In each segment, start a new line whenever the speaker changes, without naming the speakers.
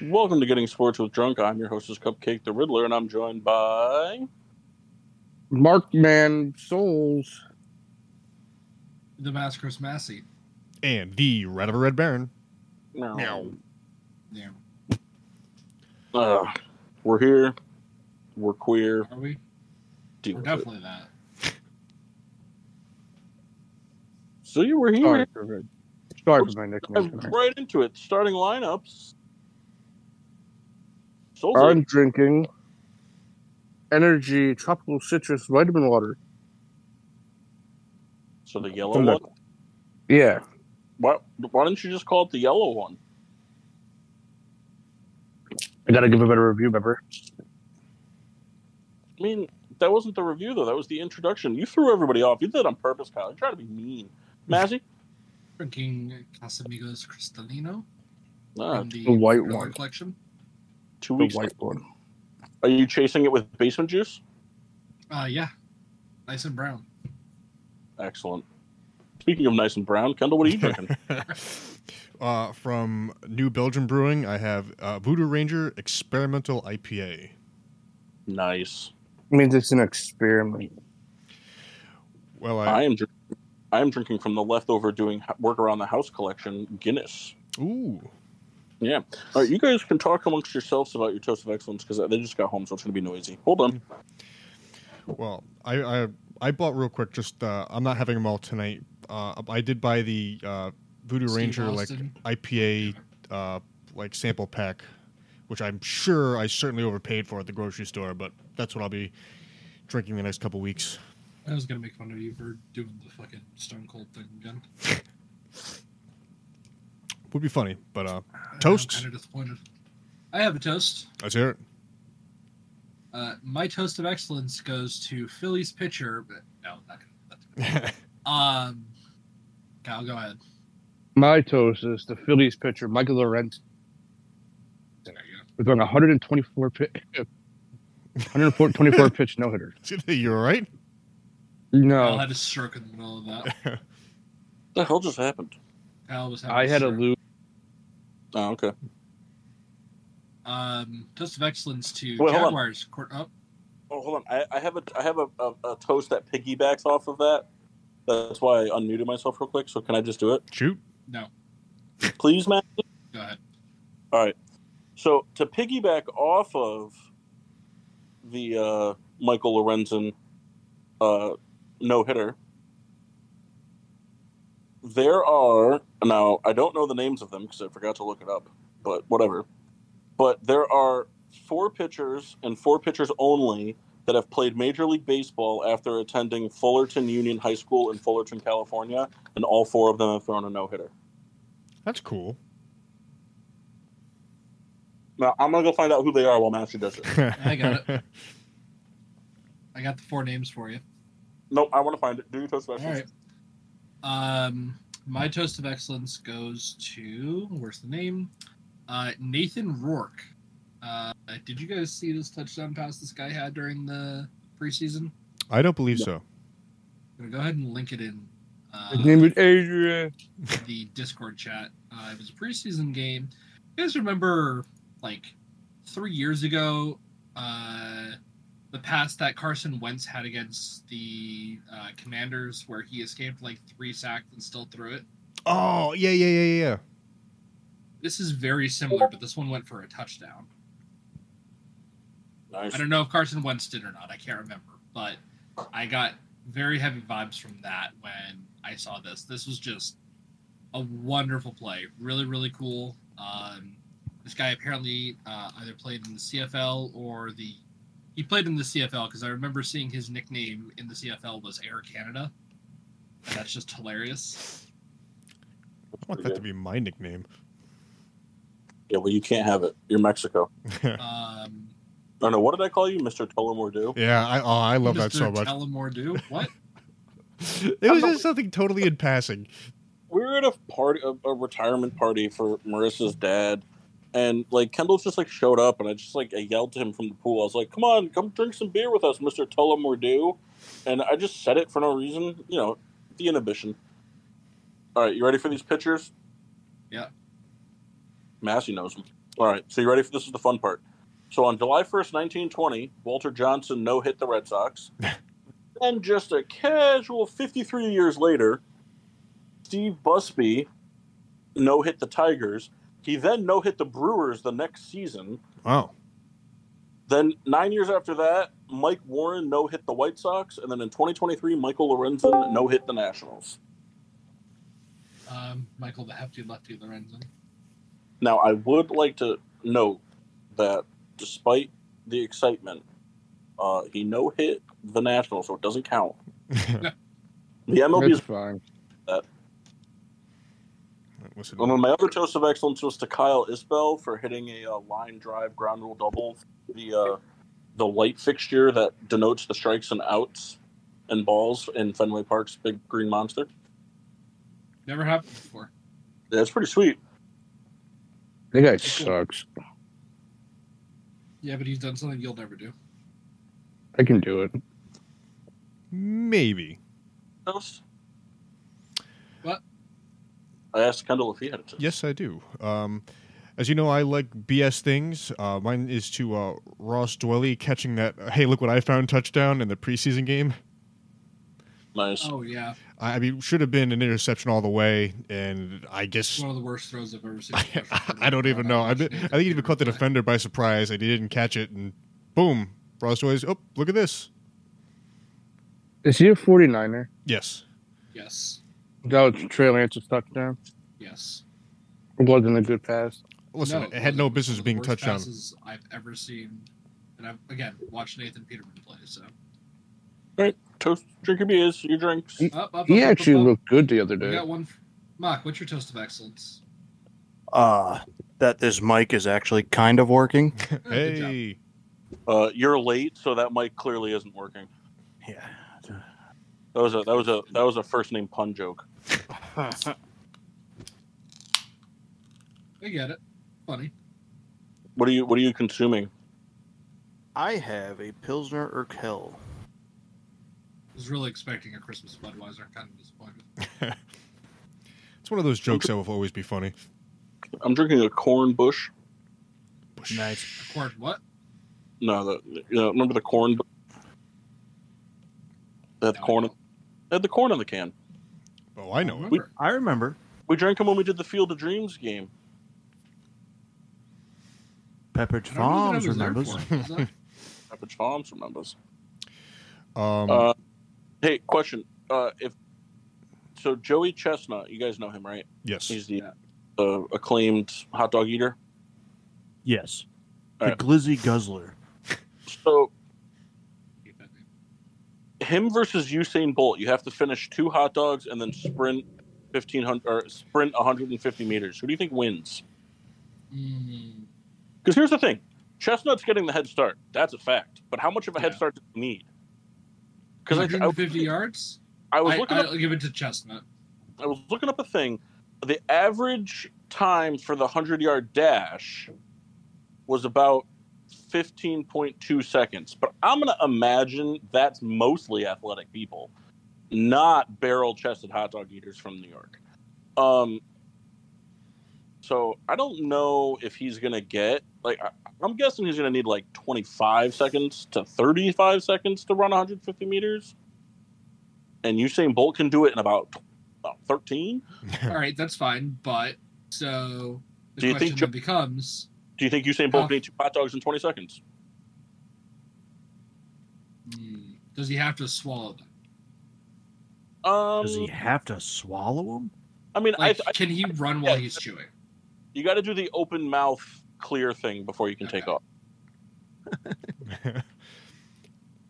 Welcome to Getting Sports with Drunk. I'm your hostess, Cupcake the Riddler, and I'm joined by
Markman Souls.
The Damascus Massey.
And the Red of a Red Baron.
no.
Meow.
Yeah.
Ugh. Uh, we're here. We're queer.
Are we?
Deal
We're
with it.
definitely that.
So you were
Sorry
here.
for, sorry for my nickname.
Dive Right into it. Starting lineups. Souls.
I'm drinking energy tropical citrus vitamin water.
So the yellow
From the-
one.
Yeah,
Why, why don't you just call it the yellow one?
I gotta give a better review, remember?
I mean, that wasn't the review though. That was the introduction. You threw everybody off. You did it on purpose, Kyle. You're trying to be mean. Mazzy?
Drinking Casamigos Cristalino
Nah,
from the,
Ah, the white
Riddler
one.
collection.
two
Mm-hmm. The
weeks.
white one.
Are you chasing it with basement juice?
Uh, yeah, nice and brown.
Excellent. Speaking of nice and brown, Kendall, what are you drinking?
uh, from New Belgium Brewing, I have uh, Voodoo Ranger Experimental IPA.
nice.
means it's an experiment.
Well,
I
I.
am. dr- I am drinking from the leftover doing h- work around the house collection Guinness.
Ooh.
All right, you guys can talk amongst yourselves about your toast of excellence because they just got home, so it's going to be noisy. Hold on.
Well, I, I I bought real quick. Just uh, I'm not having them all tonight. Uh, I did buy the uh, Voodoo
Steve
Ranger
Austin.
like IPA uh, like sample pack, which I'm sure I certainly overpaid for at the grocery store. But that's what I'll be drinking the next couple weeks.
I was gonna make fun of you for doing the fucking Stone Cold thing again.
Would be funny, but uh,
i
Toast?
kind of disappointed. I have a toast.
let's hear it.
Uh, my toast of excellence goes to Philly's pitcher. But no, I'm not gonna. That's Um, Kyle, go ahead.
My toast is the Phillies pitcher, Michael Lorenz.
There you go.
We're throwing 124 pitch, 124 pitch no hitter.
you all right?
Kyle
No,
had a stroke in the middle of that.
the hell just happened?
Kyle was having
I had a
stroke.
lose.
Oh, okay.
um toast of excellence to
Wait, hold on.
Jaguars. Court up.
Oh, hold on. I, I have a I have a, a, a toast that piggybacks off of that. That's why I unmuted myself real quick. So can I just do it,
Shoot.
No,
please, Matt?
go ahead.
All right. So to piggyback off of the uh, Michael Lorenzen uh, no hitter, there are now I don't know the names of them because I forgot to look it up, but whatever. But there are four pitchers and four pitchers only that have played Major League Baseball after attending Fullerton Union High School in Fullerton, California, and all four of them have thrown a no hitter.
That's cool.
Now I'm gonna go find out who they are while Master does it.
I got it. I got the four names for you.
Nope, I want to find it. Do your toast
All
specials.
right. Um, my toast of excellence goes to where's the name? Uh, Nathan Rourke. Uh, did you guys see this touchdown pass this guy had during the preseason?
I don't believe so.
I'm gonna go ahead and link it in. Uh,
His name is Adrian.
the Discord chat. Uh, it was a preseason game. You guys remember, like, three years ago, uh, the pass that Carson Wentz had against the uh, Commanders, where he escaped like three sacks and still threw it.
Oh yeah yeah yeah yeah.
This is very similar, but this one went for a touchdown.
Nice.
I don't know if Carson Wentz did or not. I can't remember, but I got very heavy vibes from that when I saw this. This was just a wonderful play. Really, really cool. Um, this guy apparently uh, either played in the CFL or the he played in the CFL because I remember seeing his nickname in the CFL was Air Canada. And that's just hilarious.
I want that to be my nickname.
Yeah, well, you can't have it. You're Mexico.
Um,
Oh no, what did I call you, Mister Tullamore
Yeah, I oh, I love that so
Mr.
much.
Tullamore Dew? What?
it was just something totally in passing.
we were at a party, a, a retirement party for Marissa's dad, and like Kendall just like showed up, and I just like I yelled to him from the pool. I was like, "Come on, come drink some beer with us, Mister Tullamore Dew," and I just said it for no reason. You know, the inhibition. All right, you ready for these pictures?
Yeah.
Massey knows them. All right, so you ready for this? Is the fun part. So on July first, nineteen twenty, Walter Johnson no hit the Red Sox. Then just a casual fifty-three years later, Steve Busby no hit the Tigers. He then no hit the Brewers the next season.
Wow.
Then nine years after that, Mike Warren no hit the White Sox, and then in 2023, Michael Lorenzen no hit the Nationals.
Um, Michael the hefty lefty Lorenzen.
Now, I would like to note that despite the excitement, uh, he no hit the Nationals, so it doesn't count. The MLB
That's
is
fine.
Listen,
Well, my other toast of excellence was to Kyle Isbell for hitting a uh, line drive ground rule double, the uh, the light fixture that denotes the strikes and outs and balls in Fenway Park's big green monster.
Never happened before.
That's pretty sweet.
That guy sucks.
Yeah, but he's done something you'll never do.
I can do it.
maybe.
Toast.
What?
I asked Kendall if he had a toast.
Yes, I do. Um, as you know, I like BS things. Uh, mine is to uh, Ross Dwelly catching that uh, "Hey, look what I found!" touchdown in the preseason game.
Nice.
Oh yeah,
I I mean, should have been an interception all the way, and I
it's
guess
one of the worst throws I've ever seen.
I, I don't even know. I, bet- I think he even caught the defender by surprise, and he didn't catch it, and boom, Ross Dwelly's. Oh, look at this.
Is he a 49er?
Yes,
Yes,
That was Trey Lance's touchdown.
yes.
It wasn't a good pass.
listen,
No,
it had
was
no
one of
business
the
being
worst
touched on.
Passes I've ever seen, and I've again watched Nathan Peterman play. So
Toast. Drink your beers. Your drinks.
He-
up, up,
He
up, up,
actually
up, up.
looked good the other
We
day.
got one. f- Mark, what's your toast of excellence?
Uh, that this mic is actually kind of working.
Oh, good job.
Hey,
Uh, you're late, so that mic clearly isn't working.
Yeah.
That was a that was a that was a first name pun joke.
I get it. Funny.
What are you What are you consuming?
I have a Pilsner Urkel.
I was really expecting a Christmas Budweiser. Kind of disappointed.
it's one of those jokes that will always be funny.
I'm drinking a corn bush.
Nice.
A corn what?
No, the you know, remember the corn. That
No, I
corn,
don't.
they had the corn on the can.
Oh, I know it.
remember.
I remember.
We drank them when we did the Field of Dreams game.
Pepperidge
I don't know that I
Farms
was there
remembers.
for it. Was I?
Pepperidge Farms remembers.
Um,
Uh, hey, question. Uh, if so, Joey Chestnut, you guys know him, right?
yes.
He's the
Yeah.
uh, acclaimed hot dog eater.
Yes. The
Alright.
Glizzy Guzzler.
So
Keep that name.
him versus Usain Bolt, you have to finish two hot dogs and then sprint fifteen hundred or sprint one hundred and fifty meters. Who do you think wins?
Mm,
Because here's the thing: Chestnut's getting the head start. That's a fact. But how much of a head
Yeah.
start do you need? Because I, I,
150 yards.
I was
I,
looking up,
will give it to Chestnut.
I was looking up a thing. The average time for the hundred yard dash was about fifteen point two seconds. But I'm gonna imagine that's mostly athletic people, not barrel chested hot dog eaters from New York. Um. So I don't know if he's gonna get like I, I'm guessing he's gonna need like 25 seconds to 35 seconds to run 150 meters, and Usain Bolt can do it in about about 13.
All right, that's fine. But so the
Do you
question
think Jo-
then becomes:
Do you think Usain Bolt
Huh.
can eat two hot dogs in 20 seconds?
mm, Does he have to swallow them?
Um,
Does he
Oh.
have to swallow him?
I mean,
Like,
I, I,
can he run while he's chewing?
you got to do the open mouth clear thing before you can take
Okay.
off.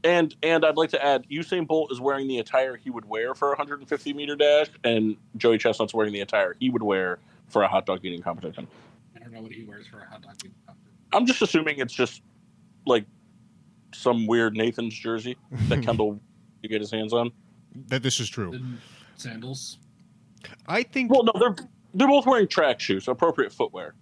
And and I'd like to add, Usain Bolt is wearing the attire he would wear for a 150 meter dash, and Joey Chestnut's wearing the attire he would wear for a hot dog eating competition.
I never know what he wears for a hot dog. meat company.
I'm just assuming it's just like some weird Nathan's jersey that Kendall you get his hands on.
that this is true.
Then sandals.
I think
Well, no, they're they're both wearing track shoes, appropriate footwear.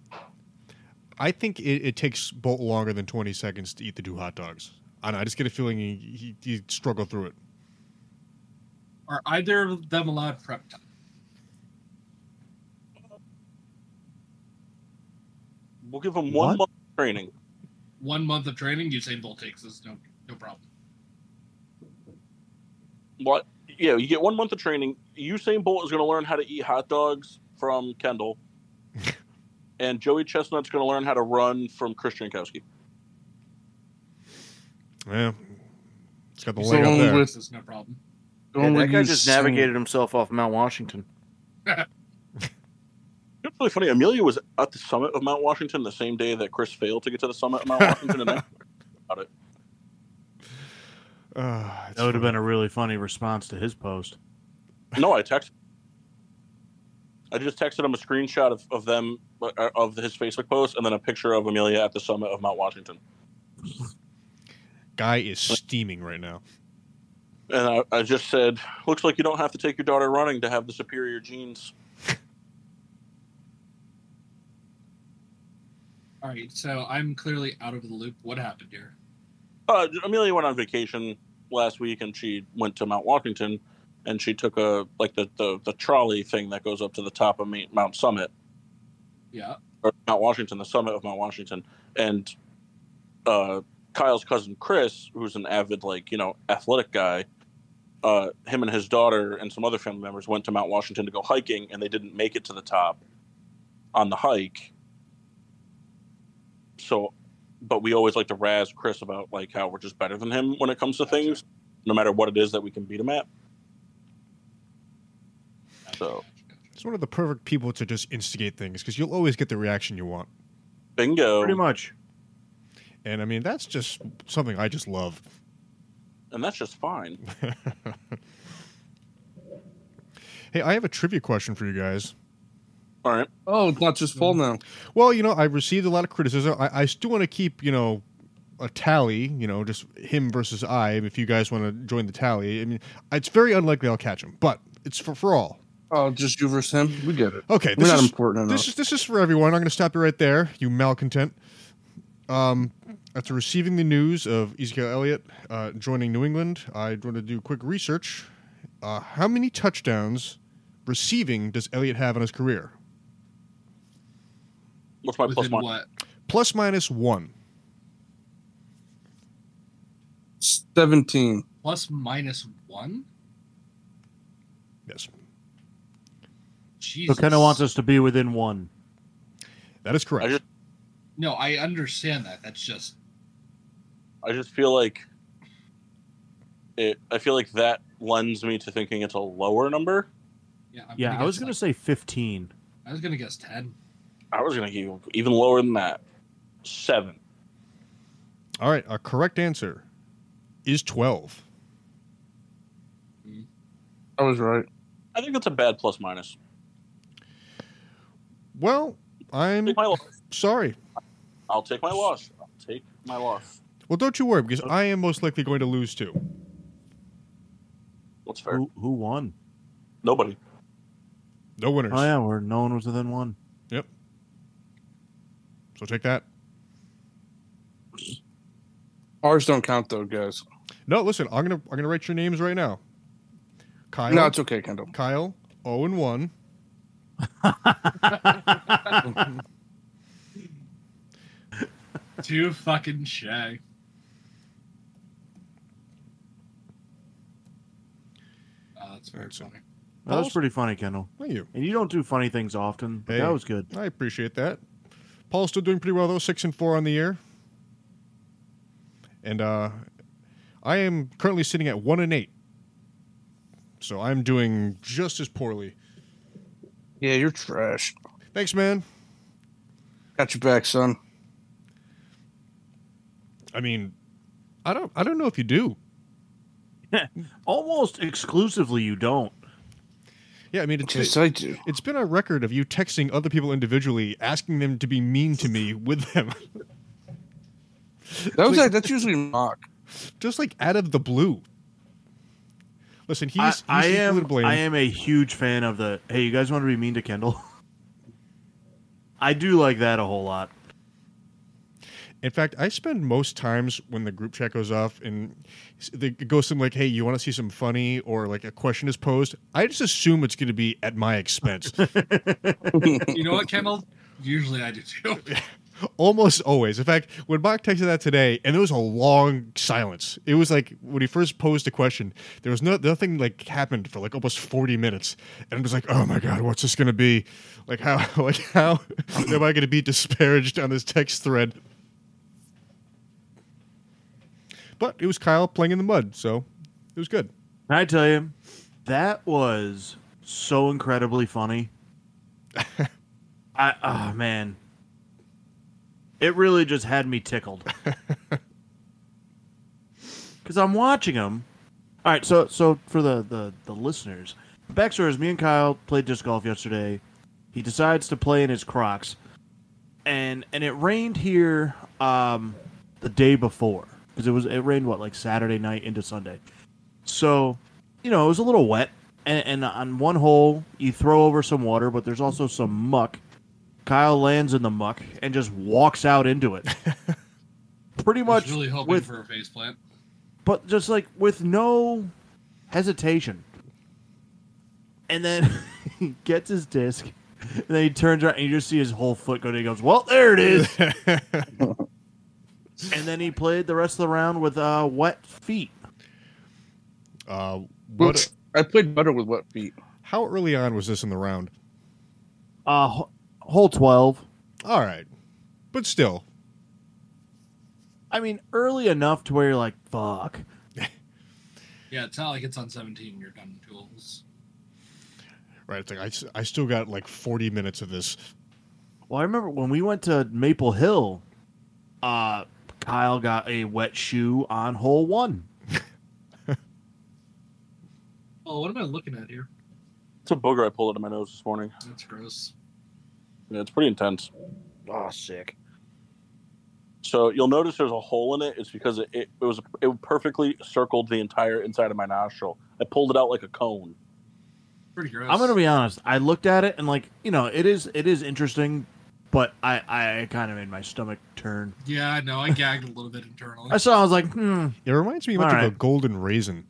I think it, it takes Bolt longer than 20 seconds to eat the two hot dogs. I don't know, I just get a feeling he, he, he struggled through it.
Are either of them allowed prep time?
We'll give him
What?
one month of training.
One month of training, Usain Bolt takes this. No, no problem.
What? Yeah, you get one month of training. Usain Bolt is going to learn how to eat hot dogs from Kendall, and Joey Chestnut's going to learn how to run from Chris Jankowski.
Yeah. It's got the
So
leg up
long
there.
with-
This is no problem.
Yeah,
Don't
that
let
guy
you
just
sing.
navigated himself off Mount Washington.
It's really funny. Amelia was at the summit of Mount Washington the same day that Chris failed to get to the summit of Mount Washington. and I-
Ah, it's
That would have
funny.
been a really funny response to his post.
no, I texted. I just texted him a screenshot of, of them uh, of his Facebook post and then a picture of Amelia at the summit of Mount Washington.
Guy is steaming right now.
And I, I just said, "Looks like you don't have to take your daughter running to have the superior genes."
All right, so I'm clearly out of the loop. What happened here?
Uh, Amelia went on vacation last week, and she went to Mount Washington, and she took a like the the, the trolley thing that goes up to the top of Ma- Mount Summit
Yeah.
or Mount Washington, the summit of Mount Washington, and uh, Kyle's cousin Chris, who's an avid like you know athletic guy. Uh, him and his daughter and some other family members went to Mount Washington to go hiking, and they didn't make it to the top on the hike. So, but we always like to razz Chris about like how we're just better than him when it comes to
Gotcha.
things, no matter what it is that we can beat him at. So-
It's one of the perfect people to just instigate things because you'll always get the reaction you want.
Bingo.
Oh.
Pretty much.
And I mean, that's just something I just love.
And that's just fine.
hey, I have a trivia question for you guys.
All right.
Oh, it's not just fall now.
Well, you know, I received a lot of criticism. I, I still want to keep, you know, a tally, you know, just him versus I. If you guys want to join the tally, I mean, it's very unlikely I'll catch him, but it's for, for all.
Oh, just you versus him. We get it.
Okay,
We're
this
not
is,
important enough.
this is this is for everyone. I'm going to stop you right there, you malcontent. Um, after receiving the news of Ezekiel Elliott uh, joining New England, I wanted to do quick research. Uh, how many touchdowns receiving does Elliott have in his career?
What's my plus
Within
one?
what?
Plus minus one.
Seventeen.
Plus minus one?
Yes,
So
Jesus.
Kendall wants us to be within one.
that is correct.
I just-
No, I understand that. That's just
I just feel like it. I feel like that lends me to thinking it's a lower number.
yeah. I'm
Yeah, I was gonna
guess,
say fifteen.
like- I was gonna guess ten.
I was going to give even lower than that, seven.
All right, our correct answer is 12.
I was right.
I think that's a bad plus minus.
Well, I'm
Take my loss.
sorry.
I'll take my loss. I'll take my loss.
Well, don't you worry because I am most likely going to lose too.
That's fair.
Who, who won?
Nobody.
No winners.
Oh yeah, where no one was within one.
So take that.
Ours don't count though, guys.
No, listen, I'm going to I'm going to write your names right now. Kyle
No, it's okay, Kendall.
Kyle 0 and 1.
Too fucking shy. Uh, that's very
That's it.
funny.
That was pretty funny, Kendall.
Thank you.
And you don't do funny things often, but
Hey.
that was good.
I appreciate that. Paul's still doing pretty well though, 6 and 4 on the year. And uh I am currently sitting at 1 and 8. So I'm doing just as poorly.
Yeah, you're trash.
Thanks, man.
Got your back, son.
I mean, I don't I don't know if you do.
Almost exclusively, you don't.
Yeah, I mean, it's,
Just I do.
it's been a record of you texting other people individually, asking them to be mean to me with them,
That was
Like-
like, that's usually mock.
just like out of the blue. Listen, he's,
I,
he's
I
equally to
am
blame.
I am a huge fan of the hey you guys want to be mean to Kendall. I do like that a whole lot.
In fact, I spend most times when the group chat goes off and s- they- it goes something like, "Hey, you want to see some funny?" or like a question is posed. I just assume it's going to be at my expense.
You know what, Kendall? Usually I do too.
Almost always. In fact, when Mark texted that today, and there was a long silence. It was like when he first posed a question, there was no nothing like happened for like almost forty minutes, and it was like, "Oh my god, what's this going to be? Like how like how am I going to be disparaged on this text thread?" But it was Kyle playing in the mud, so it was good.
Can I tell you, that was so incredibly funny. I oh man, it really just had me tickled. Because I'm watching them. All right, so so for the the the listeners, backstory is me and Kyle played disc golf yesterday. He decides to play in his Crocs, and and it rained here um the day before because it was it rained what like Saturday night into Sunday. So, you know, it was a little wet. And, and on one hole, you throw over some water, but there's also some muck. Kyle lands in the muck and just walks out into it. Pretty
I was
much
really hoping
with
for a face plant.
but just like with no hesitation. And then he gets his disc, and then he turns around and you just see his whole foot go. down. He goes, "Well, there it is."
Uh,
and then he played the rest of the round with uh, wet feet.
Uh, what?
What? I played better with wet feet.
How early on was this in the round?
Uh, ho- hole twelve.
All right, but still,
I mean, early enough to where you're like, "Fuck."
Yeah, it's not like it's on 17. You're done with tools.
right? It's like I, s- I still got like forty minutes of this.
Well, I remember when we went to Maple Hill. Uh, Kyle got a wet shoe on hole one.
Oh, what am I looking at here?
It's a booger I pulled out of my nose this morning.
That's gross.
Yeah, it's pretty intense.
Oh, sick.
So you'll notice there's a hole in it. It's because it, it, it was it perfectly circled the entire inside of my nostril. I pulled it out like a cone.
Pretty gross.
I'm gonna be honest. I looked at it and like you know, it is it is interesting, but I I it kind of made my stomach turn.
Yeah, I know. I gagged a little bit internally.
I saw. I was like, hmm.
It reminds me much
All
of a
right.
golden raisin.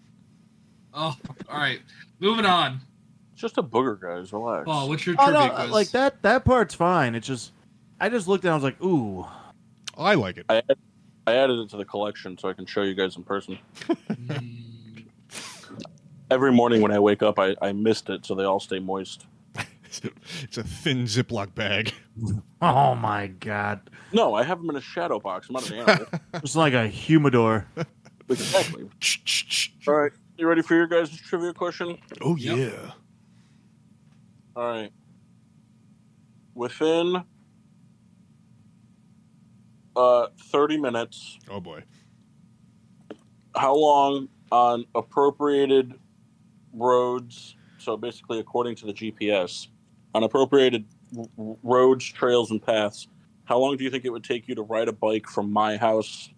Oh, all right. Moving on.
It's just a booger, guys. Relax.
Paul, what's your
Oh
trivia
no,
quiz?
like that that part's fine. It's just I just looked at. it, I was like, ooh,
I like it.
I, add- I added it to the collection so I can show you guys in person.
Mm,
Every morning when I wake up, I, I missed it, so they all stay moist.
It's a, it's a thin Ziploc bag.
oh my god,
No, I have them in a shadow box. I'm not an animal.
it's like a humidor.
exactly. All right. You ready for your guys' trivia question?
Oh
Yep.
yeah.
All right. Within uh, 30 minutes,
Oh boy.
how long on appropriated roads? So basically, according to the GPS, on appropriated w- w- roads, trails, and paths, how long do you think it would take you to ride a bike from my house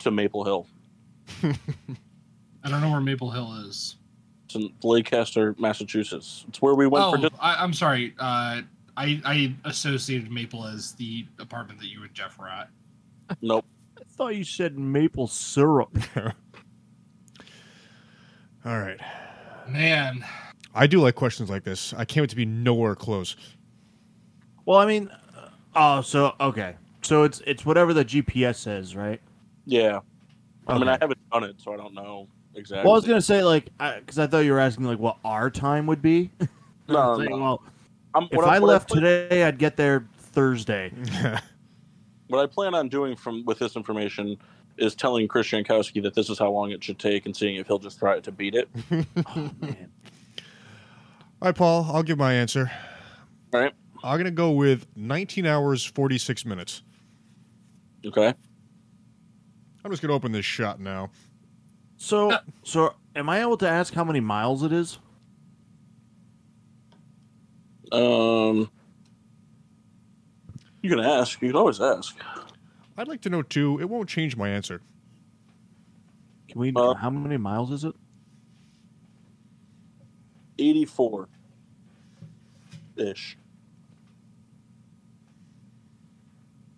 to Maple Hill?
I don't know where Maple Hill is.
It's in Lancaster, Massachusetts. It's where we went
Oh,
for dis-
I, I'm sorry. Uh, I, I associated Maple as the apartment that you and Jeff were at.
nope.
I thought you said maple syrup.
All right.
Man,
I do like questions like this. I can't wait to be nowhere close.
Well, I mean, uh, oh, so okay, so it's it's whatever the GPS says, right?
Yeah. I mean,
Okay.
I haven't done it, so I don't know exactly.
Well, I was gonna say like, because I thought you were asking like what our time would be.
No,
It's like,
no.
well,
I'm,
If
what
I
what
left
plan-
today, I'd get there Thursday.
what I plan on doing from with this information is telling Chris Jankowski that this is how long it should take and seeing if he'll just try to beat it.
Oh, man.
All right, Paul. I'll give my answer.
All right.
I'm gonna go with 19 hours 46 minutes.
Okay.
I'm just gonna open this shot now.
So, so am I able to ask how many miles it is?
Um, you can ask. You can always ask.
I'd like to know too. It won't change my answer.
Can we?
Uh,
how many miles is it?
84 ish.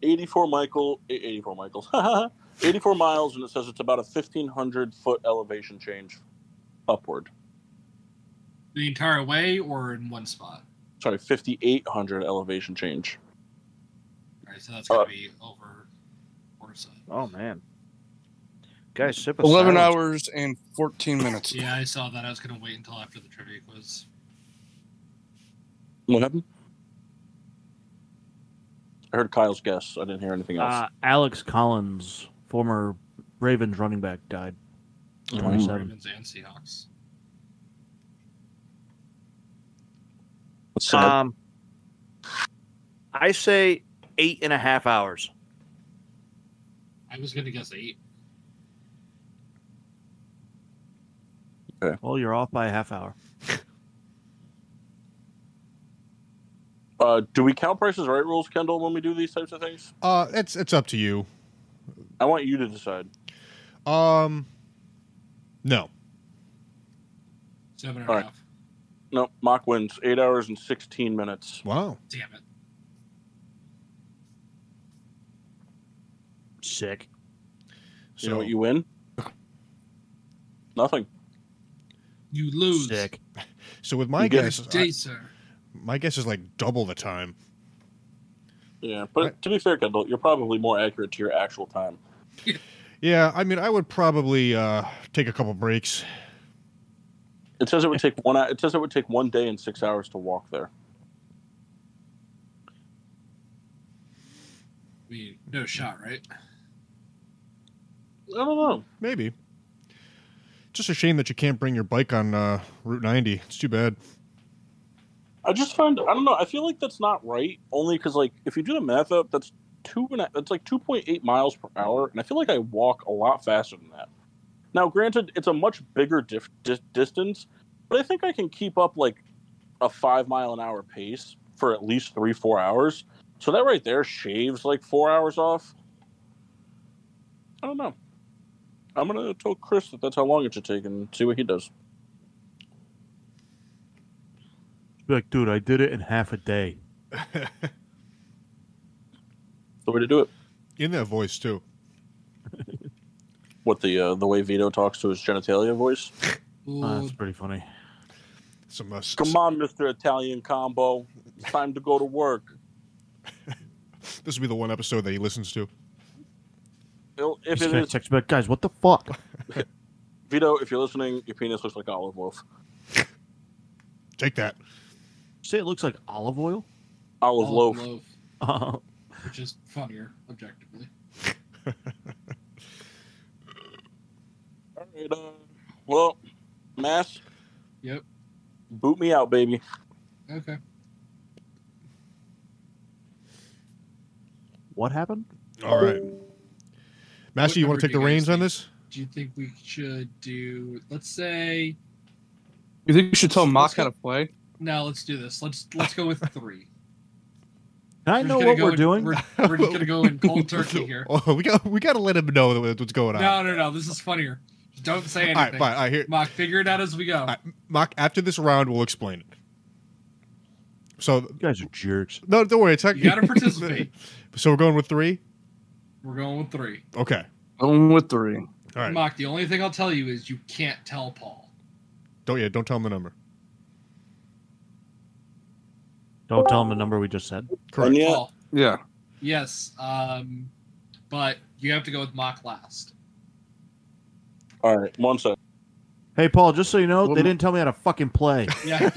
84 Michael, eh, 84 Michael, 84 miles, and it says it's about a 1500 foot elevation change upward.
The entire way or in one spot?
Sorry, 5800 elevation change.
All right, so that's gonna
Uh,
be over or so.
Oh man, guys, sip of
Eleven
silence.
hours and fourteen minutes.
Yeah, I saw that. I was gonna wait until after the trivia quiz.
What happened? I heard Kyle's guess. I didn't hear anything else.
Uh, Alex Collins, former Ravens running back, died.
Mm.
27.
Ravens and Seahawks.
That's sad.
Um, I say eight and a half hours.
I was gonna guess eight.
Well, you're off by a half hour.
Uh, do we count prices right rules, Kendall, when we do these types of things?
Uh, it's it's up to you.
I want you to decide.
Um, no.
Seven and
All
a
right.
half.
No, Mock wins. Eight hours and 16 minutes.
Wow.
Damn it.
Sick.
You know
So
what you win? Nothing.
You lose.
Sick.
so with my
you get
guess,
Day,
I-
sir.
my guess is like double the time.
Yeah, but
Right.
to be fair, Kendall, you're probably more accurate to your actual time.
Yeah, I mean, I would probably uh, take a couple breaks.
It says it would take one. hou- It says it would take one day and six hours to walk there.
I mean, no shot, right?
I don't know.
Maybe. Just a shame that you can't bring your bike on uh, Route 90. It's too bad.
I just find I don't know. I feel like that's not right. Only because like if you do the math up, that's two and a, that's like two point eight miles per hour, and I feel like I walk a lot faster than that. Now, granted, it's a much bigger dif- dis- distance, but I think I can keep up like a five mile an hour pace for at least three four hours. So that right there shaves like four hours off. I don't know. I'm gonna tell Chris that that's how long it should take and see what he does.
Be Like, dude, I did it in half a day.
The way to do it.
In that voice, too.
What the uh, the way Vito talks to his genitalia voice.
Uh,
Ooh,
that's pretty funny.
Some, uh, s-
Come on, Mr. Italian Combo. It's time to go to work.
This would be the one episode that he listens to.
It'll- If
He's
it
gonna
is,
text back, guys, what the fuck?
Vito, if you're listening, your penis looks like olive oil.
Take that.
Say it looks like olive oil.
Olive
olive
loaf.
Uh,
which is funnier objectively.
All right, uh, well, Mass.
Yep.
Boot me out, baby.
Okay.
what happened?
All right. Master, you
What
want to
number
take the
do you guys
reins on
think?
this?
Do you think we should do? Let's say
You think we should tell Mock
Let's go.
how to play?
no. Let's do this. Let's let's go with three.
Can I
We're
know
just gonna
what
go
we're
in-
doing?
We're, we're just gonna go in cold turkey here.
Oh, we got we got to let him know that- what's going on.
No, no, no. This is funnier. Don't say
All right, fine.
anything.
All right, here,
Mock, figure it out as we go.
All right. Mock. After this round, we'll explain it. So
You guys are jerks.
no, don't worry. It's
You gotta participate.
so we're going with three.
We're going with three.
Okay.
Going with three.
All right.
Mock, the only thing I'll tell you is you can't tell Paul.
Don't yeah. Don't tell him the number.
Don't tell him the number we just said.
Correct.
And yet,
Paul,
Yeah.
yes. Um, but you have to go with Mock last.
all right, one sec.
Hey, Paul, just so you know,
Well,
they
no-
didn't tell me how to fucking play.
Yeah.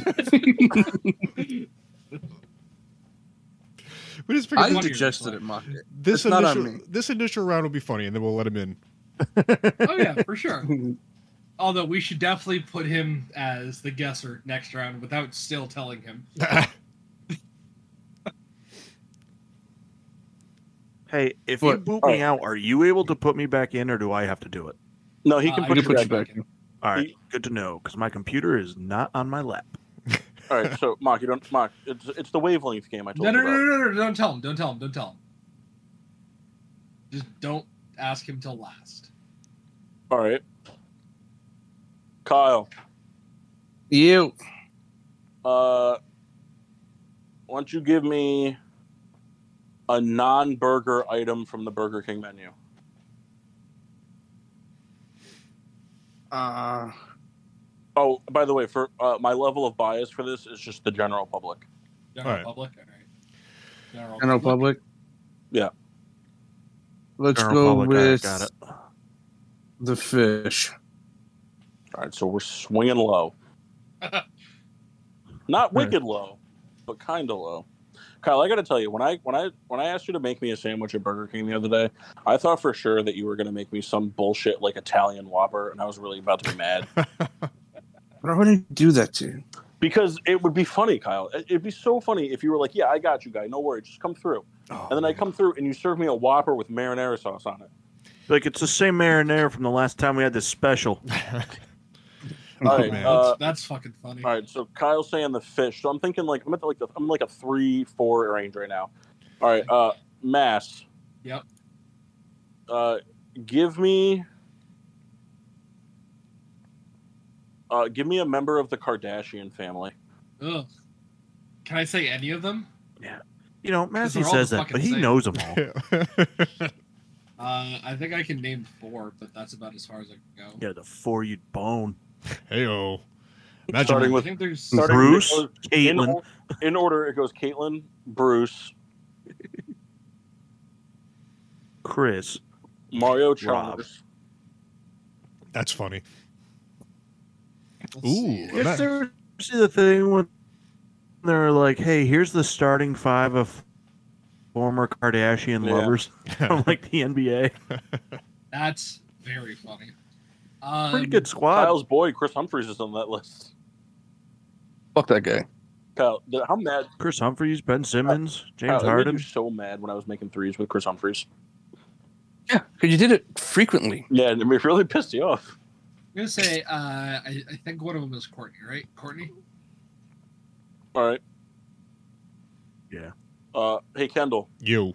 We just
I
figured
didn't-
digested it, Mock.
this
it's not on
initial
me.
this initial round will be funny, and then we'll let him in.
oh yeah, for sure. Although we should definitely put him as the guesser next round without still telling him.
Hey, if
you
you
What?
boot
me
me out, are you able to put me back in, or do I have to do it?
No, he
Uh,
can
I
put
You
you
can put
back.
you back in.
All
right,
right, good to know because my computer is not on my lap.
All right, so Mock, you don't Mock. It's it's the wavelength game I told
No,
you
no,
about.
no, no, no, no! Don't tell him. Don't tell him. Don't tell him. Just don't ask him till last.
All right, Kyle.
You.
Uh, why don't you give me a non-burger item from the Burger King menu?
Uh,
Oh, by the way, for uh, my level of bias for this is just the general public.
General
All right.
public. All right. General,
general public.
Yeah.
Let's
General
go
public, I
with
got it.
the fish.
All right, so we're swinging low. Not wicked low, but kind of low. Kyle, I got to tell you, when I when I when I asked you to make me a sandwich at Burger King the other day, I thought for sure that you were going to make me some bullshit like Italian Whopper, and I was really about to be mad
Why would I do that to you?
because it would be funny, Kyle. It- It'd be so funny if you were like, "Yeah, I got you, guy. No worries, just come through."
Oh,
And then I come through, and you serve me a Whopper with marinara sauce on it.
Like it's the same marinara from the last time we had this special.
All
Oh,
right,
man.
uh,
that's, that's fucking funny.
All right, so Kyle's saying the fish. So I'm thinking like I'm at like the, I'm like a three four range right now. All right, uh, mass.
Yep.
Uh, give me. Uh, give me a member of the Kardashian family.
Ugh. Can I say any of them?
You know, Massey
they're all the
says that,
fucking
but he
same.
knows them all.
Uh, I think I can name four, but that's about as far as I can go.
yeah, the four you'd bone.
Heyo.
Starting
Imagine
I
with-
think there's
Starting with-
Bruce,
uh, in,
Caitlin,
or- in order, it goes Caitlin, Bruce,
Chris.
Mario Chalmers.
that's funny.
let's
Ooh,
see.
Well, that-
If there see the thing when they're like, "Hey, here's the starting five of former Kardashian
Yeah.
lovers from like the NBA."
That's very funny. Um,
Pretty good squad.
Kyle's boy, Chris Humphries, is on that list.
Fuck that guy.
Kyle, th- how mad?
Chris Humphries, Ben Simmons, James
Kyle, it made
Harden.
you so mad when I was making threes with Chris Humphries.
Yeah, because you did it frequently.
Yeah, and it really pissed you off.
I'm gonna say uh, I, I think one of them is Courtney, right? Courtney.
All right.
Yeah.
Uh, hey Kendall,
You.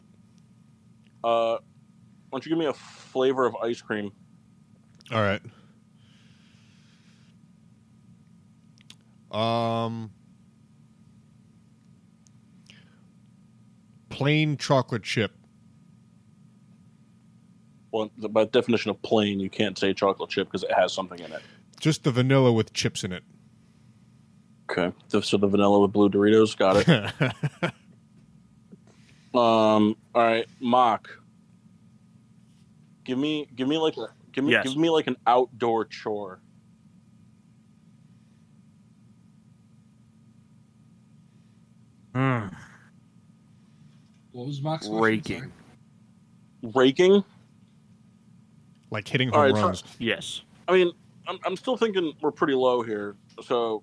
uh, why don't you give me a flavor of ice cream?
All right. Um, plain chocolate chip.
Well, the- by definition of plain, you can't say chocolate chip because it has something in it.
Just the vanilla with chips in it.
Okay. So- So the vanilla with blue Doritos, got it. um. All right, mock. Give me, give me like a, give me,
Yes.
give me like an outdoor chore.
Mm.
What was Mox?
Raking.
Raking.
like hitting
All
home
right,
runs.
Yes.
I mean, I'm, I'm still thinking we're pretty low here. So,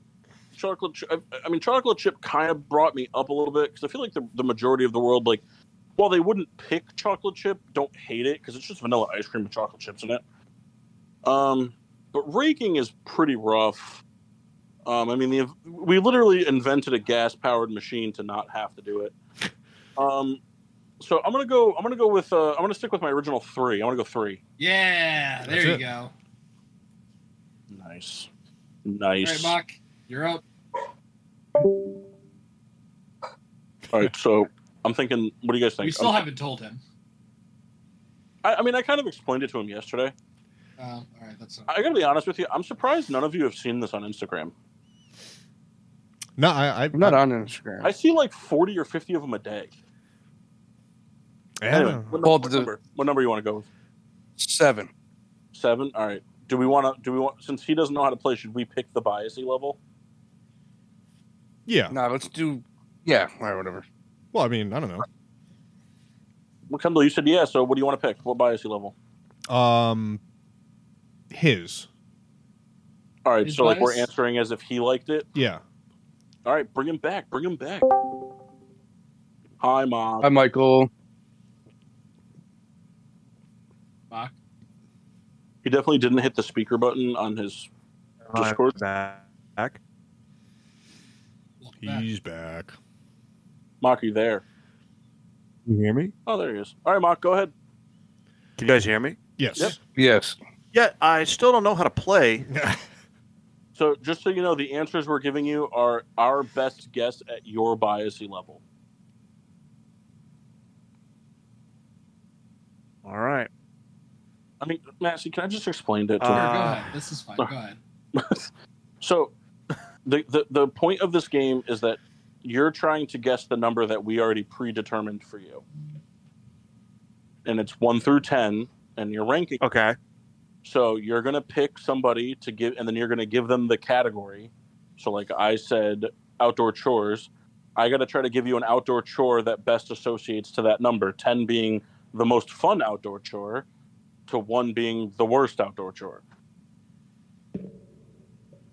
chocolate. Chip, I, I mean, chocolate chip kind of brought me up a little bit because I feel like the, the majority of the world, like, while they wouldn't pick chocolate chip, don't hate it because it's just vanilla ice cream with chocolate chips in it. Um, but raking is pretty rough. Um, I mean, the, we literally invented a gas powered machine to not have to do it. Um, so I'm gonna go. I'm gonna go with. Uh, I'm gonna stick with my original three. I'm gonna go three.
Yeah, there
That's
you
it.
go.
Nice,
All
nice.
right, Mock, you're up.
All right, so I'm thinking, what do you guys
We
think?
still
Um,
haven't told him.
I, I mean, I kind of explained it to him yesterday.
Um, all right, that's.
I gotta be honest with you, I'm surprised none of you have seen this on Instagram.
No, I, I
I'm not on Instagram.
I see like 40 or 50 of them a day.
I
Anyway,
don't know.
what, num-
Well,
what
the-
number? What number you want to go with?
Seven.
Seven. All right. Do we want to? Do we want? Since he doesn't know how to play, should we pick the biasy level?
yeah.
No, let's do. Yeah, all right, whatever.
Well, I mean, I don't know.
Well, Kendall, you said yeah. So what do you want to pick? What biasy level?
Um, his.
All right.
His
so like we're
bias?
answering as if he liked it.
Yeah.
All right. Bring him back. Bring him back. Hi, mom.
Hi, Michael.
Mock.
he definitely didn't hit the speaker button on his Discord?
Back.
Well,
Uh,
back.
He's back.
Mock, are you there?
You hear me?
Oh, there he is. All right, Mock, go ahead.
Can you guys hear me?
Yes.
Yep.
Yes.
Yeah, I still don't know how to play.
So, just so you know, the answers we're giving you are our best guess at your biasy level.
All right.
I mean, Massey, can I just explain it to
Sure,
Uh,
go ahead. This is fine. Go ahead.
So, the, the the point of this game is that you're trying to guess the number that we already predetermined for you, and it's one through ten, and you're ranking.
Okay.
So you're gonna pick somebody to give, and then you're gonna give them the category. So, like I said, outdoor chores. I gotta try to give you an outdoor chore that best associates to that number. Ten being the most fun outdoor chore, to one being the worst outdoor chore.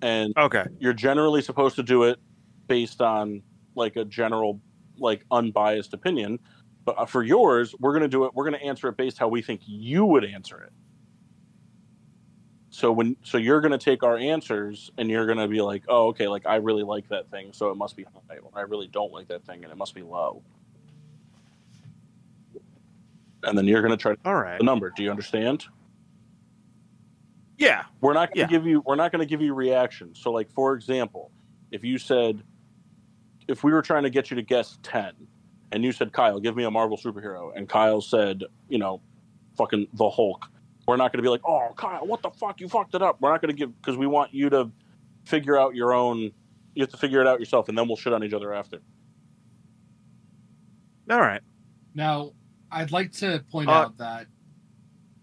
And
Okay.
you're generally supposed to do it based on like a general like unbiased opinion but uh, for yours we're going to do it we're going to answer it based how we think you would answer it so when so you're going to take our answers and you're going to be like oh okay like i really like that thing so it must be high or i really don't like that thing and it must be low and then you're going to try to
All right.
the number do you understand
Yeah.
we're not going
Yeah.
to give you we're not going to give you reactions. So like for example, if you said if we were trying to get you to guess 10 and you said Kyle, give me a Marvel superhero and Kyle said, you know, fucking the Hulk. We're not going to be like, "Oh, Kyle, what the fuck? You fucked it up." We're not going to give because we want you to figure out your own you have to figure it out yourself and then we'll shit on each other after.
All right.
Now, I'd like to point
Uh,
out that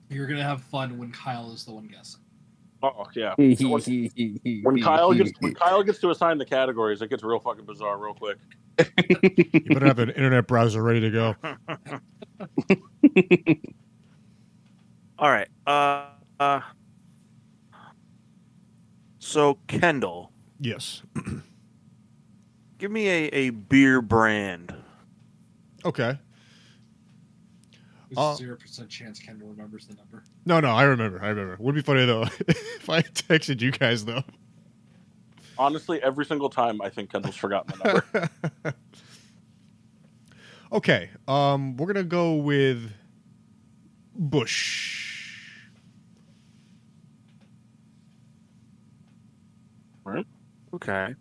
you're gonna have fun when Kyle is the one guessing.
Oh, yeah. So when, when Kyle gets when Kyle gets to assign the categories, it gets real fucking bizarre real quick.
You better have an internet browser ready to go.
All right. Uh, uh, so Kendall,
Yes.
give me a, a beer brand.
Okay.
There's
Uh,
a zero percent chance Kendall remembers the number.
No, no, I remember. I remember. Would be funny though if I texted you guys though.
Honestly, every single time I think Kendall's forgotten the number.
okay. Um, we're gonna go with Bush.
Okay.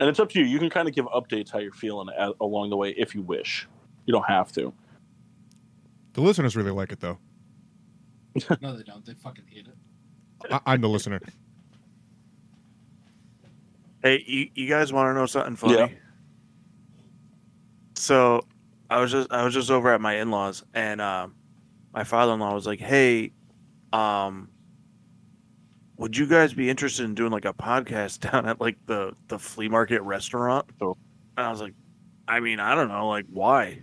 and it's up to you. You can kind of give updates how you're feeling a along the way if you wish. You don't have to.
The listeners really like it though.
No, they don't. They fucking hate it.
I- I'm the listener.
Hey, you, you guys want to know something funny?
Yeah.
So, I was just I was just over at my in laws, and um, my father in law was like, "Hey, um, would you guys be interested in doing like a podcast down at like the the flea market restaurant?"
Oh.
And I was like, "I mean, I don't know, like why?"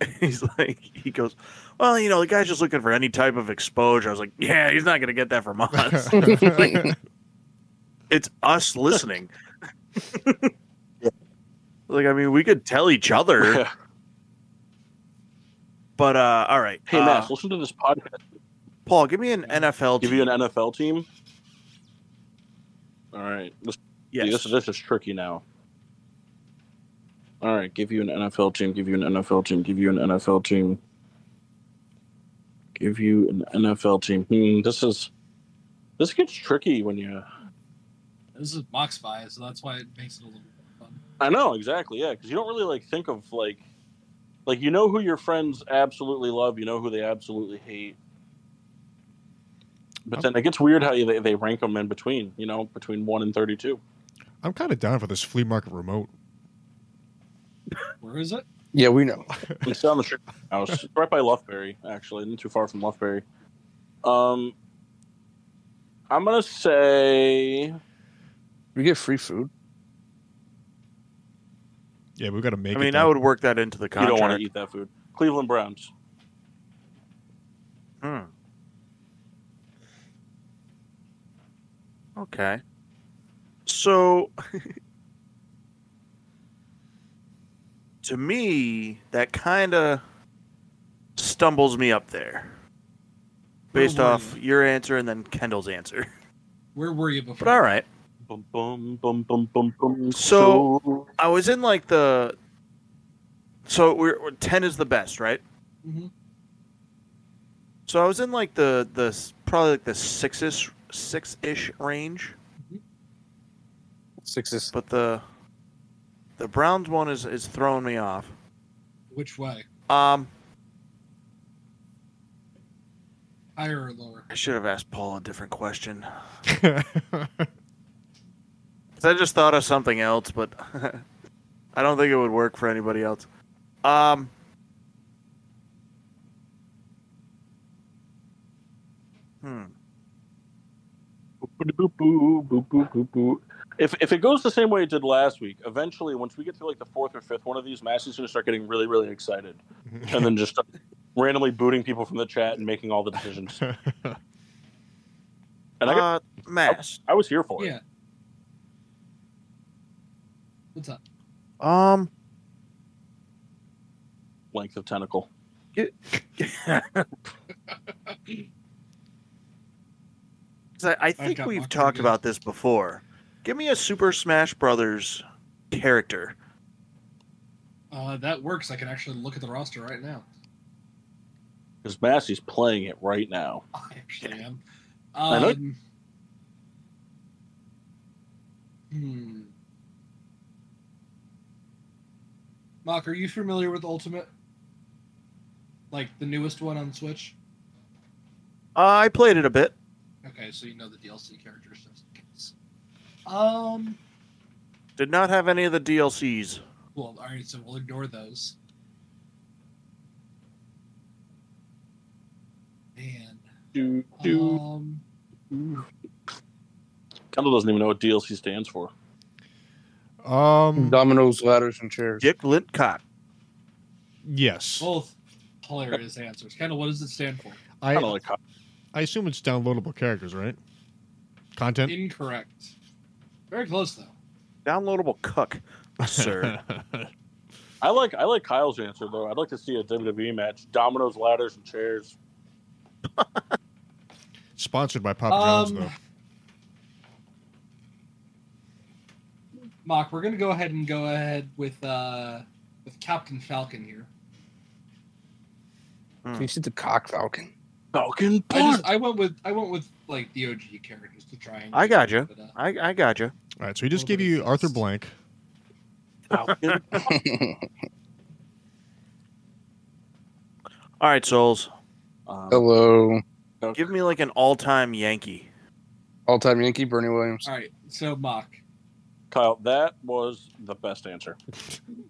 He's like, he goes, "Well, you know, the guy's just looking for any type of exposure." I was like, "Yeah, he's not gonna get that from us. it's us listening." Like, I mean, we could tell each other.
hey,
But uh, all right, uh,
Mass, listen to this podcast.
Paul, give me an NFL.
Give you an NFL team. All right. This,
yes.
this, this is tricky now. All right. Give you an NFL team. Give you an NFL team. Give you an NFL team. Give you an NFL team. Hmm, this is. This gets tricky when you.
This is Mox bias, so that's why it makes it a little bit more fun.
I know exactly, yeah, because you don't really like think of like, like you know who your friends absolutely love, you know who they absolutely hate. But then it gets weird how you they, they rank them in between, you know, between one and thirty-two.
I'm kind of down for this flea market remote.
Where is it?
Yeah, we know.
It's down the street from my house, It's right by Loughberry, actually, not too far from Loughberry. Um, I'm gonna say
We get free food.
Yeah, we've got to make.
I
it,
mean,
though.
I would work that into the
you
contract.
don't want to eat that food. Cleveland Browns.
Hmm. Hmm. Okay. So, to me, that kind of stumbles me up there,
Where
based
were
off
you?
your answer and then Kendall's answer.
Where were you before?
But all right,
Bum, bum, bum, bum, bum, bum.
So- I was in like the. So we're, we're- ten is the best, right?
Mhm.
So I was in like the the s- probably like the six-ish six ish range,
Sixes.
but the the Browns one is is throwing me off.
Which way?
Um,
Higher or lower?
I should have asked Paul a different question.
I
'Cause I just thought of something else, but I don't think it would work for anybody else. Um, hmm.
Boop, boop, boop, boop, boop, boop. If, if it goes the same way it did last week, eventually, once we get to like the fourth or fifth one of these, Massey's going to start getting really, really excited and then just start randomly booting people from the chat and making all the decisions. And I, got,
Uh, mass.
I was here for it.
Yeah. What's up?
Um,
Length of tentacle.
I, I think
got
we've
nothing
talked
good.
about this before. Give me a Super Smash Brothers character.
Uh, that works. I can actually look at the roster right now.
Because Massey's playing it right now.
I actually am.
I know.
Um, hmm. Mock, are you familiar with Ultimate? Like the newest one on Switch?
Uh, I played it a bit.
Okay, so you know the DLC characters. just in case. Um.
Did not have any of the DLCs.
Well, all right, so we'll ignore those. Man.
Dude,
Um,
Kendall doesn't even know what DLC stands for.
um.
Dominoes, ladders, and chairs.
Dick Lintcock.
Yes.
both hilarious answers. Kendall, what does it stand for?
I don't
I
like how-
I assume it's downloadable characters, right? Content.
Incorrect. Very close though.
Downloadable cuck, sir.
I like I like Kyle's answer though. I'd like to see a WWE match: dominoes, ladders, and chairs.
Sponsored by Papa John's,
Um,
though.
Mock, we're gonna go ahead and go ahead with uh with Captain Falcon here.
Can you see the cock falcon?
Falcon
I just I went with I went with like the OG characters to try and
I gotcha.
But, uh,
I, I gotcha.
All right, so he just
Nobody
gave you
exists.
Arthur Blank.
Falcon.
All right, Souls.
Oh.
um,
Hello.
Give me like an all-time Yankee.
All time Yankee, Bernie Williams.
all right, so Mock,
Kyle, that was the best answer.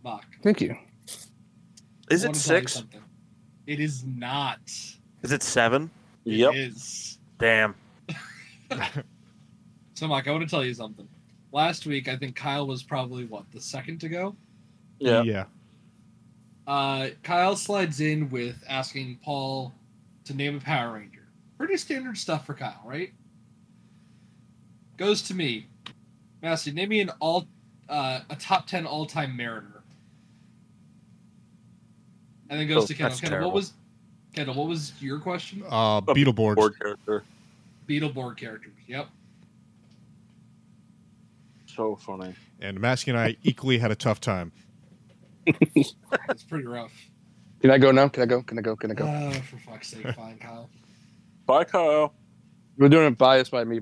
Mock.
Thank you.
Is
I
it
wanna tell you
six?
something. It is not.
Is it seven?
Yep.
It is.
Damn.
So Mock, I want to tell you something. Last week, I think Kyle was probably what the second to go.
Yeah.
Yeah.
Uh, Kyle slides in with asking Paul to name a Power Ranger. Pretty standard stuff for Kyle, right? Goes to me, Massey. Name me an all, uh, a top ten all-time Mariner. And then goes
Oh,
to Kendall.
that's
Kendall, what
terrible.
was Kendall? What was your question?
Uh, Beetleborgs.
Board character.
Beetleborg characters. Yep.
So funny.
And Maskey and I equally had a tough time.
It's pretty rough.
Can I go now? Can I go? Can I go? Can I go?
Oh, for fuck's sake! Fine, Kyle.
Bye, Kyle.
We're doing it biased by me.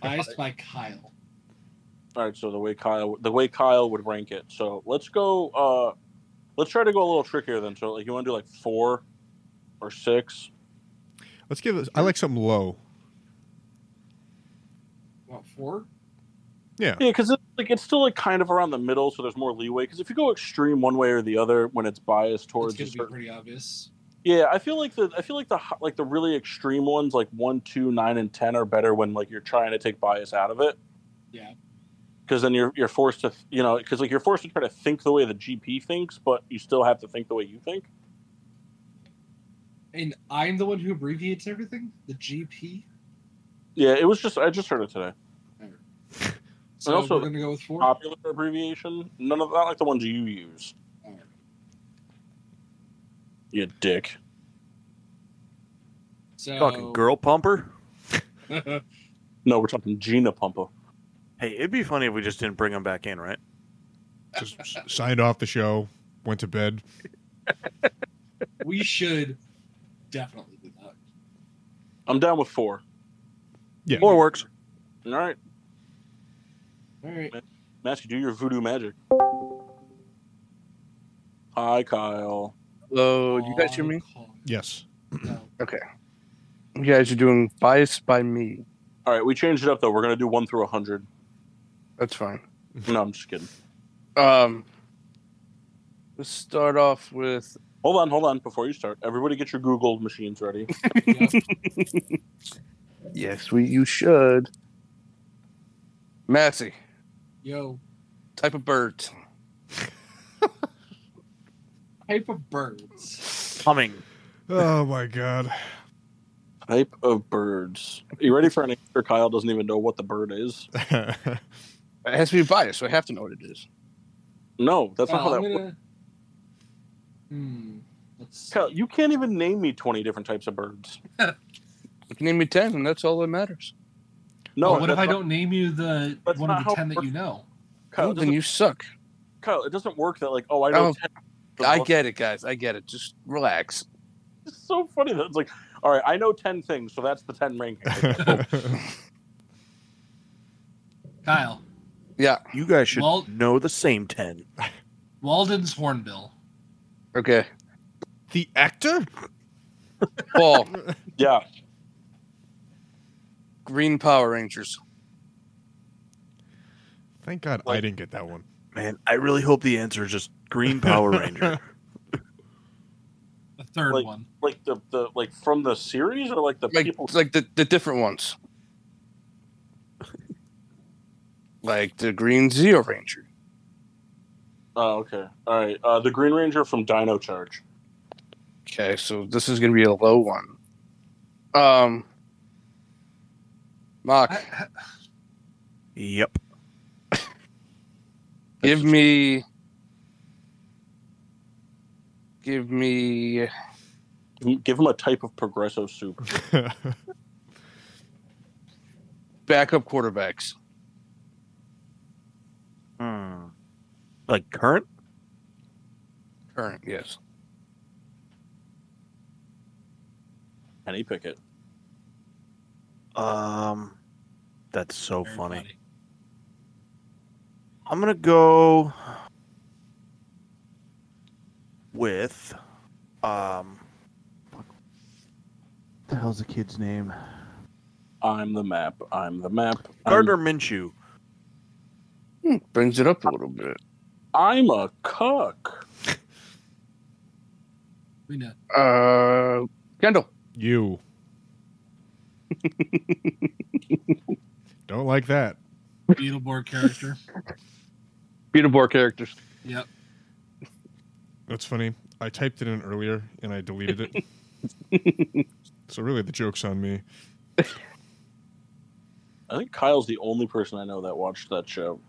Biased by Kyle.
All right. So the way Kyle the way Kyle would rank it. So let's go. uh Let's try to go a little trickier then. So like you want to do like four or six?
Let's give this. I like something low.
What four?
Yeah, because it's like it's still like kind of around the middle, so there's more leeway. Because if you go extreme one way or the other, when it's biased
It's
towards a
gonna be
certain,
pretty obvious.
yeah, I feel like the I feel like the ho- like the really extreme ones, like one, two, nine, and ten, are better when like you're trying to take bias out of it.
Yeah.
Because then you're you're forced to you know because like you're forced to try to think the way the GP thinks, but you still have to think the way you think.
And I'm the one who abbreviates everything? The GP?
Yeah, it was just I just heard it today.
So
also-
we're going to go with four?
Popular abbreviation, none of not like the ones you use.
Alright.
You dick.
So,
Fucking girl pumper.
No, we're talking Gina Pumpa.
Hey, it'd be funny if we just didn't bring him back in, right?
Just s- signed off the show, went to bed.
We should definitely do that.
I'm down with four.
Yeah.
More works.
All right,
All right.
Matthew, do your voodoo magic. Hi, Kyle. Oh,
Hello, you guys hear me?
Yes.
No.
You guys are doing biased by me.
All right, we changed it up though. We're gonna do one through a hundred.
That's fine.
No, I'm just kidding.
Um, let's start off with
Hold on, hold on. Before you start, everybody get your Google machines ready.
yes, we you should. Massey,
Yo,
type of bird.
type of birds.
Humming.
Oh my god.
Type of birds. Are you ready for an answer? Kyle doesn't even know what the bird is.
It has to be biased, so I have to know what it is.
No, that's not how
Well,
that
Uh, I'm
works.
gonna- Hmm. Let's see.
Kyle, you can't even name me 20 different types of birds.
You can name me ten, and that's all that matters.
No,
Well, Oh, what if
that's
I
not-
don't name you the
That's
one
not
of
how
the
it
ten that
works.
you know?
Kyle, it
then
doesn't,
you suck.
Kyle, it doesn't work that like, oh, I know.
Oh,
10
I get it, guys. I get it. Just relax.
It's so funny that it's like, all right, I know 10 things, so that's the 10 ranking.
Kyle,
Yeah.
You guys should
Well-
know the same ten.
Walden's hornbill.
Okay.
the actor?
Paul,
yeah,
Green Power Rangers.
Thank God I
Like-
didn't get that one.
Man, I really hope the answer is just Green Power Ranger.
The third
Like-
one.
like the, the like from the series or like the
Like
people.
like the, the different ones. like the Green Zero Ranger.
Oh, okay. All right. Uh, the Green Ranger from Dino Charge.
Okay, so this is gonna be a low one. Um Mock,
I, I-
yep.
give me give me
Give him a type of Progresso soup.
backup quarterbacks.
Hmm. Like current?
Current, yes.
Penny Pickett.
Um, that's so
very
funny. I'm gonna go with um. What the hell's the kid's name?
I'm the map. I'm the map. I'm-
Gardner Minshew.
Hmm, brings it up a little bit.
I'm a cuck.
We know.
Uh Kendall.
you. Don't like that.
Beetleborg character.
Beetleborg characters.
Yep.
That's funny. I typed it in earlier and I deleted it. so really the joke's on me.
I think Kyle's the only person I know that watched that show.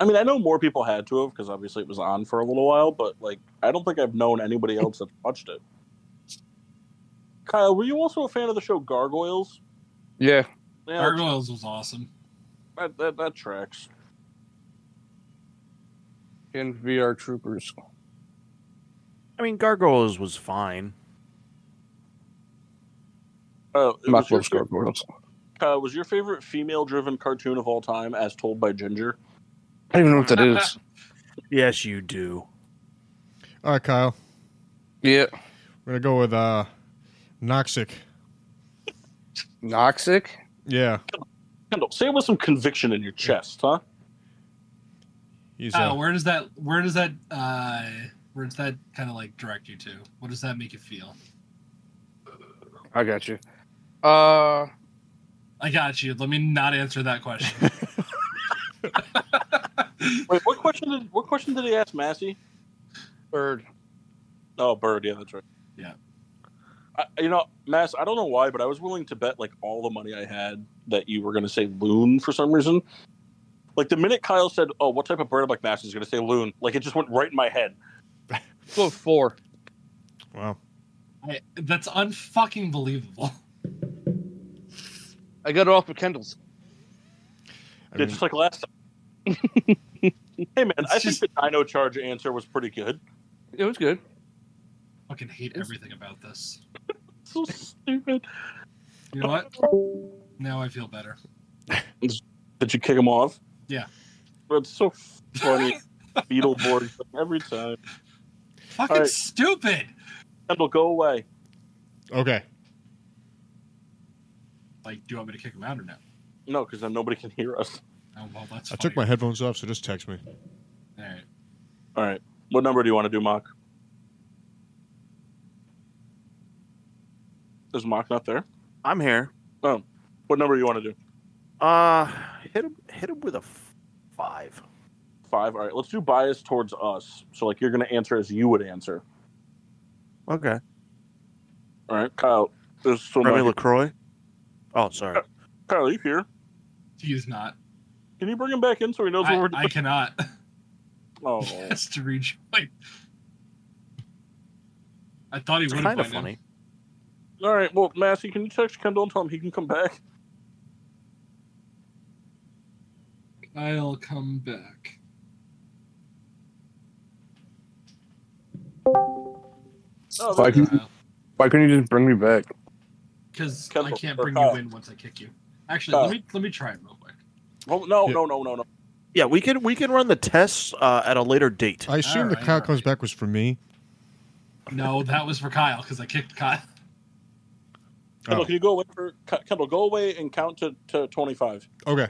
I mean, I know more people had to have because obviously it was on for a little while, but like, I don't think I've known anybody else that watched it. Kyle, were you also a fan of the show Gargoyles?
Yeah.
Yeah,
Gargoyles was awesome.
that, that, that tracks.
And VR troopers.
I mean, Gargoyles was fine.
Oh, it was
Mock
your,
loves
fa-
gargoyles.
Kyle, Uh, was your favorite female-driven cartoon of all time, as told by Ginger?
I don't even know what that is.
Yes, you do.
All right, Kyle.
yeah.
We're gonna go with uh Noxic.
Noxic?
Yeah.
Kendall, say it with some conviction in your chest, huh?
He's
Kyle,
uh,
Oh, where does that where does that uh where does that kind of like direct you to? What does that make you feel?
I got you. Uh
I got you. Let me not answer that question.
Wait, what question did what question did he ask Massey?
bird.
Oh, Bird. Yeah, that's right.
Yeah.
I, you know, Mass, I don't know why, but I was willing to bet like all the money I had that you were going to say loon for some reason. Like the minute Kyle said, "Oh, what type of bird?" I'm like, Mass is going to say loon. Like it just went right in my head.
Go with four.
wow.
I, that's unfucking believable.
I got it off of Kendall's.
I
Yeah,
mean,
just like last time. hey man, I
just-
think the Dino Charge answer was pretty good.
It was good.
Fucking hate everything about this.
So stupid.
You know what? Now I feel better.
Did you kick him off?
Yeah.
That's so funny. Beetleborg every time.
Fucking
All right.
stupid.
Kendall, go away.
okay.
Like, do you want me to kick him out or no?
No, because then nobody can hear us.
Oh well, that's.
I took my
funny.
headphones off, so just text me.
All right.
All right. What number do you want to do, Mock? Is Mock not there?
I'm here.
What number do you want to do?
Uh, hit him, hit him with a f- five.
Five. All right. Let's do bias towards us. So, like, you're going to answer as you would answer.
Okay.
All right. Kyle, there's so
Remy
much.
Lacroix. Oh, sorry.
Kyle, are you here?
He is not.
Can you bring him back in so he knows what
I,
we're
I cannot.
Oh,
He has to rejoin. I thought he
It's
would
kind
have
of funny.
all right. Well, Massey, can you text Kendall and tell him he can come back?
I'll come back.
Oh,
Fuck.
that's-
Uh,
Why couldn't you just bring me back?
Because I
Kendall,
can't
or
bring
Kyle.
you in once I kick you. Actually,
Kyle.
let me let me try it real quick.
well, no,
Yeah.
no, no, no, no.
Yeah, we can we can run the tests uh, at a later date.
I assume the
Alright,
Kyle
alright.
comes back was for me.
No, that was for Kyle because I kicked Kyle.
Kendall,
Oh.
can you go away for Ke- Kendall? Go away and count to, to twenty five.
Okay.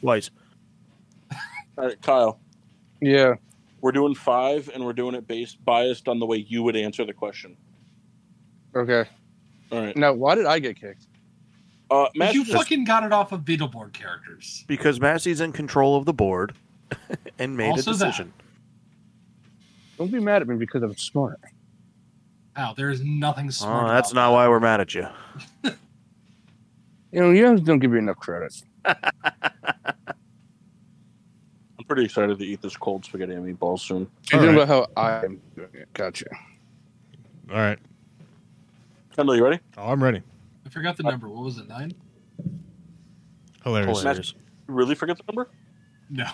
Twice.
All right, Kyle.
Yeah.
We're doing five, and we're doing it based biased on the way you would answer the question.
Okay.
All right,
Now, why did I get kicked?
uh,
But
Massey,
you fucking got it off of Beetleborg characters.
Because Massey's in control of the board and made
Also
a
that.
decision.
Don't be mad at me because I'm smart.
Kyle, there is nothing smart.
Oh, that's
about
not why we're mad at you.
You know, you guys don't give me enough credit.
I'm pretty excited to eat this cold spaghetti and meatballs soon.
You
All
think
right.
about how I am doing it. Gotcha.
All right.
Kendall, you ready?
Oh, I'm ready.
that. I forgot the
Uh,
number. What was it? Nine?
Hilarious.
Hilarious.
You really forget the number?
No.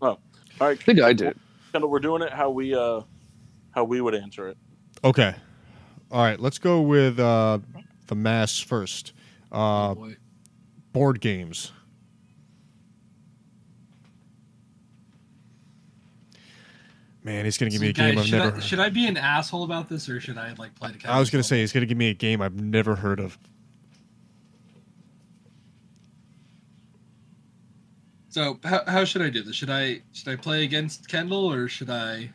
All right,
I think I did.
Kendall, we're doing it how we uh, how we would answer it.
Okay. All right. Let's go with uh, the mass first. Uh,
Oh, boy.
board games. Man, he's gonna give me a
So, guys,
game I've
should,
never.
I, should I be an asshole about this or should I like play the?
I was gonna say he's gonna give me a game I've never heard of.
So how, how should I do this? Should I should I play against Kendall or should I?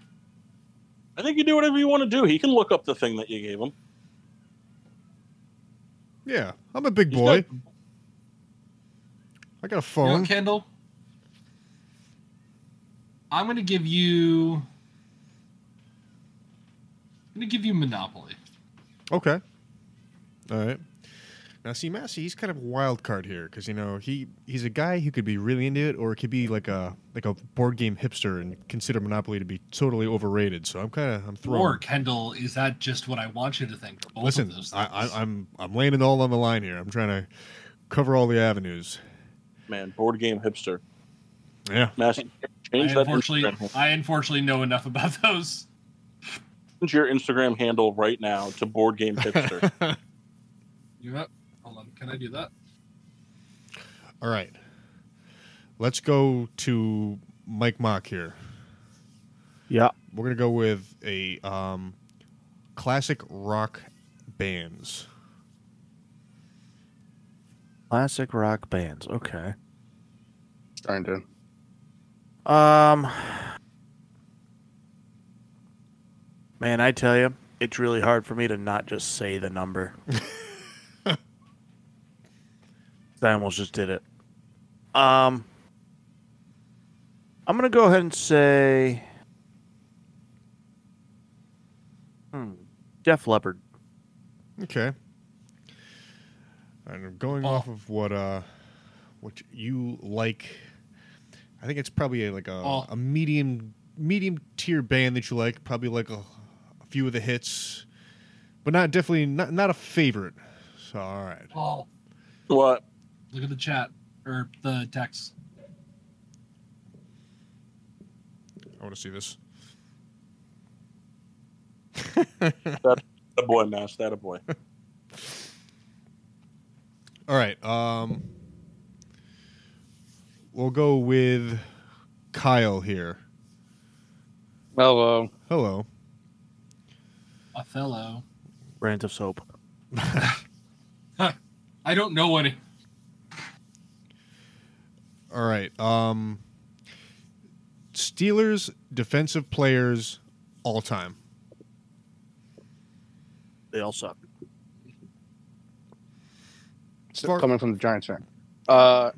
I think you do whatever you want to do. He can look up the thing that you gave him.
Yeah, I'm a big
He's
boy.
got-
I got a
You know,
phone.
Kendall, I'm gonna give you. I'm gonna give you Monopoly.
Okay. All right. Now, see, Massey, he's kind of a wild card here because you know he he's a guy who could be really into it, or it could be like a like a board game hipster and consider Monopoly to be totally overrated. So I'm kind of I'm thrown.
Or Kendall, is that just what I want you to think? Both
Listen,
of those
I,
things.
I, I'm I'm laying it all on the line here. I'm trying to cover all the avenues.
Man, board game hipster.
Yeah.
Massey,
I
change that
unfortunately,
Instagram handle.
I unfortunately know enough about those.
Change your Instagram handle right now to board game hipster.
You know, what? hold on, can I do that?
all right. Let's go to Mike Mock here.
Yeah.
We're gonna go with a um, classic rock bands.
Classic rock bands. Okay.
Trying to.
Um Man, I tell you, it's really hard for me to not just say the number. I almost just did it. Um I'm going to go ahead and say hmm, Def Leppard.
Okay. And going off of what uh, what you like, I think it's probably a, like a,
Ball.
a medium medium tier band that you like. Probably like a, a few of the hits, but not definitely not not a favorite. So all right,
Oh,
what?
Look at the chat or the text.
I want to see this.
That boy, Mash. That a boy.
All right. Um, we'll go with Kyle here.
Hello.
Hello.
Othello.
Rant of soap.
I don't know any.
All right. Um, Steelers defensive players all time.
They all suck.
So
Fart-
coming from the Giants fan. Uh,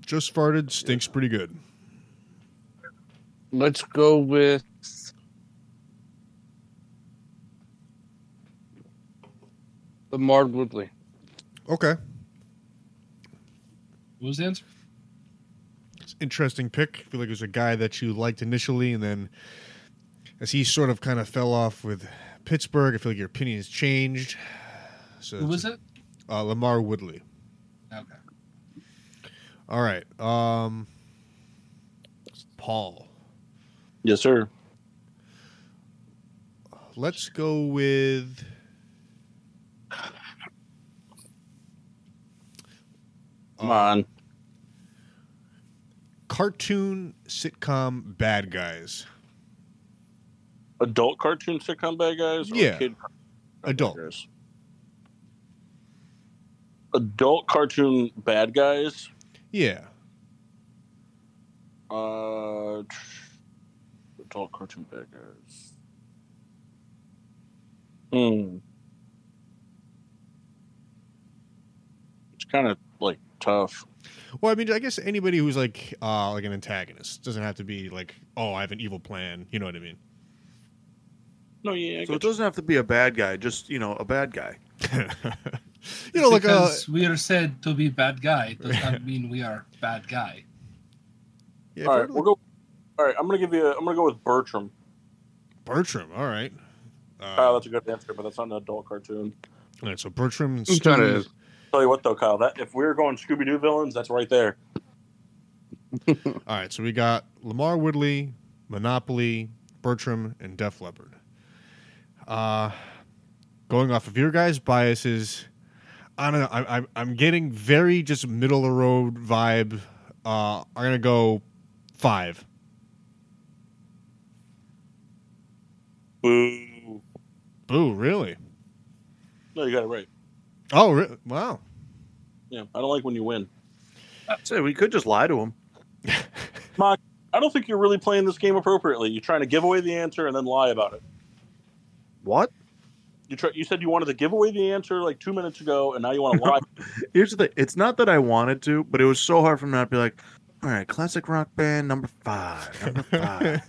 Just farted. Stinks pretty good.
let's go with. Lamar Woodley.
Okay.
What was the answer?
It's an interesting pick. I feel like it was a guy that you liked initially, and then as he sort of kind of fell off with Pittsburgh, I feel like your opinions changed. So
Who was it?
Uh, Lamar Woodley.
Okay.
All right. Um, Paul.
Yes, sir.
Let's go with.
Come
Uh,
on.
Cartoon sitcom bad guys.
Adult cartoon sitcom bad guys. Or
Yeah.
Kid cartoon sitcom bad
Adult.
guys? Adult cartoon bad guys.
Yeah.
Uh, adult cartoon bad guys. Hmm. It's kind of like tough.
Well, I mean, I guess anybody who's like uh, like an antagonist doesn't have to be like, oh, I have an evil plan. You know what I mean?
No, yeah. I
So it
get you.
doesn't have to be a bad guy. Just you know, a bad guy.
you know, like uh,
because we are said to be bad guy does not mean we are bad guy.
yeah, if
All
you're
right,
like
we'll go. All right, I'm gonna give you. A, I'm gonna go with Bertram.
Bertram. All right. Uh,
Kyle, that's a good answer, but that's not an adult cartoon.
all right. So Bertram. and
It kinda
Scooby-
is.
Tell you what, though, Kyle, that if we were going Scooby Doo villains, that's right there.
All right. So we got Lamar Woodley, Monopoly, Bertram, and Def Leppard. Uh, going off of your guys' biases, I don't know. I, I, I'm getting very just middle of the road vibe. Uh, I'm gonna go five.
Boo.
Boo! Really?
No, you got it right.
Oh, re- wow.
Yeah, I don't like when you win.
Say we could just lie to him.
I don't think you're really playing this game appropriately. You're trying to give away the answer and then lie about it.
What?
You try, You said you wanted to give away the answer like two minutes ago, and now you want to lie.
Here's the thing. It's not that I wanted to, but it was so hard for me not to be like, all right, classic rock band number five, number five.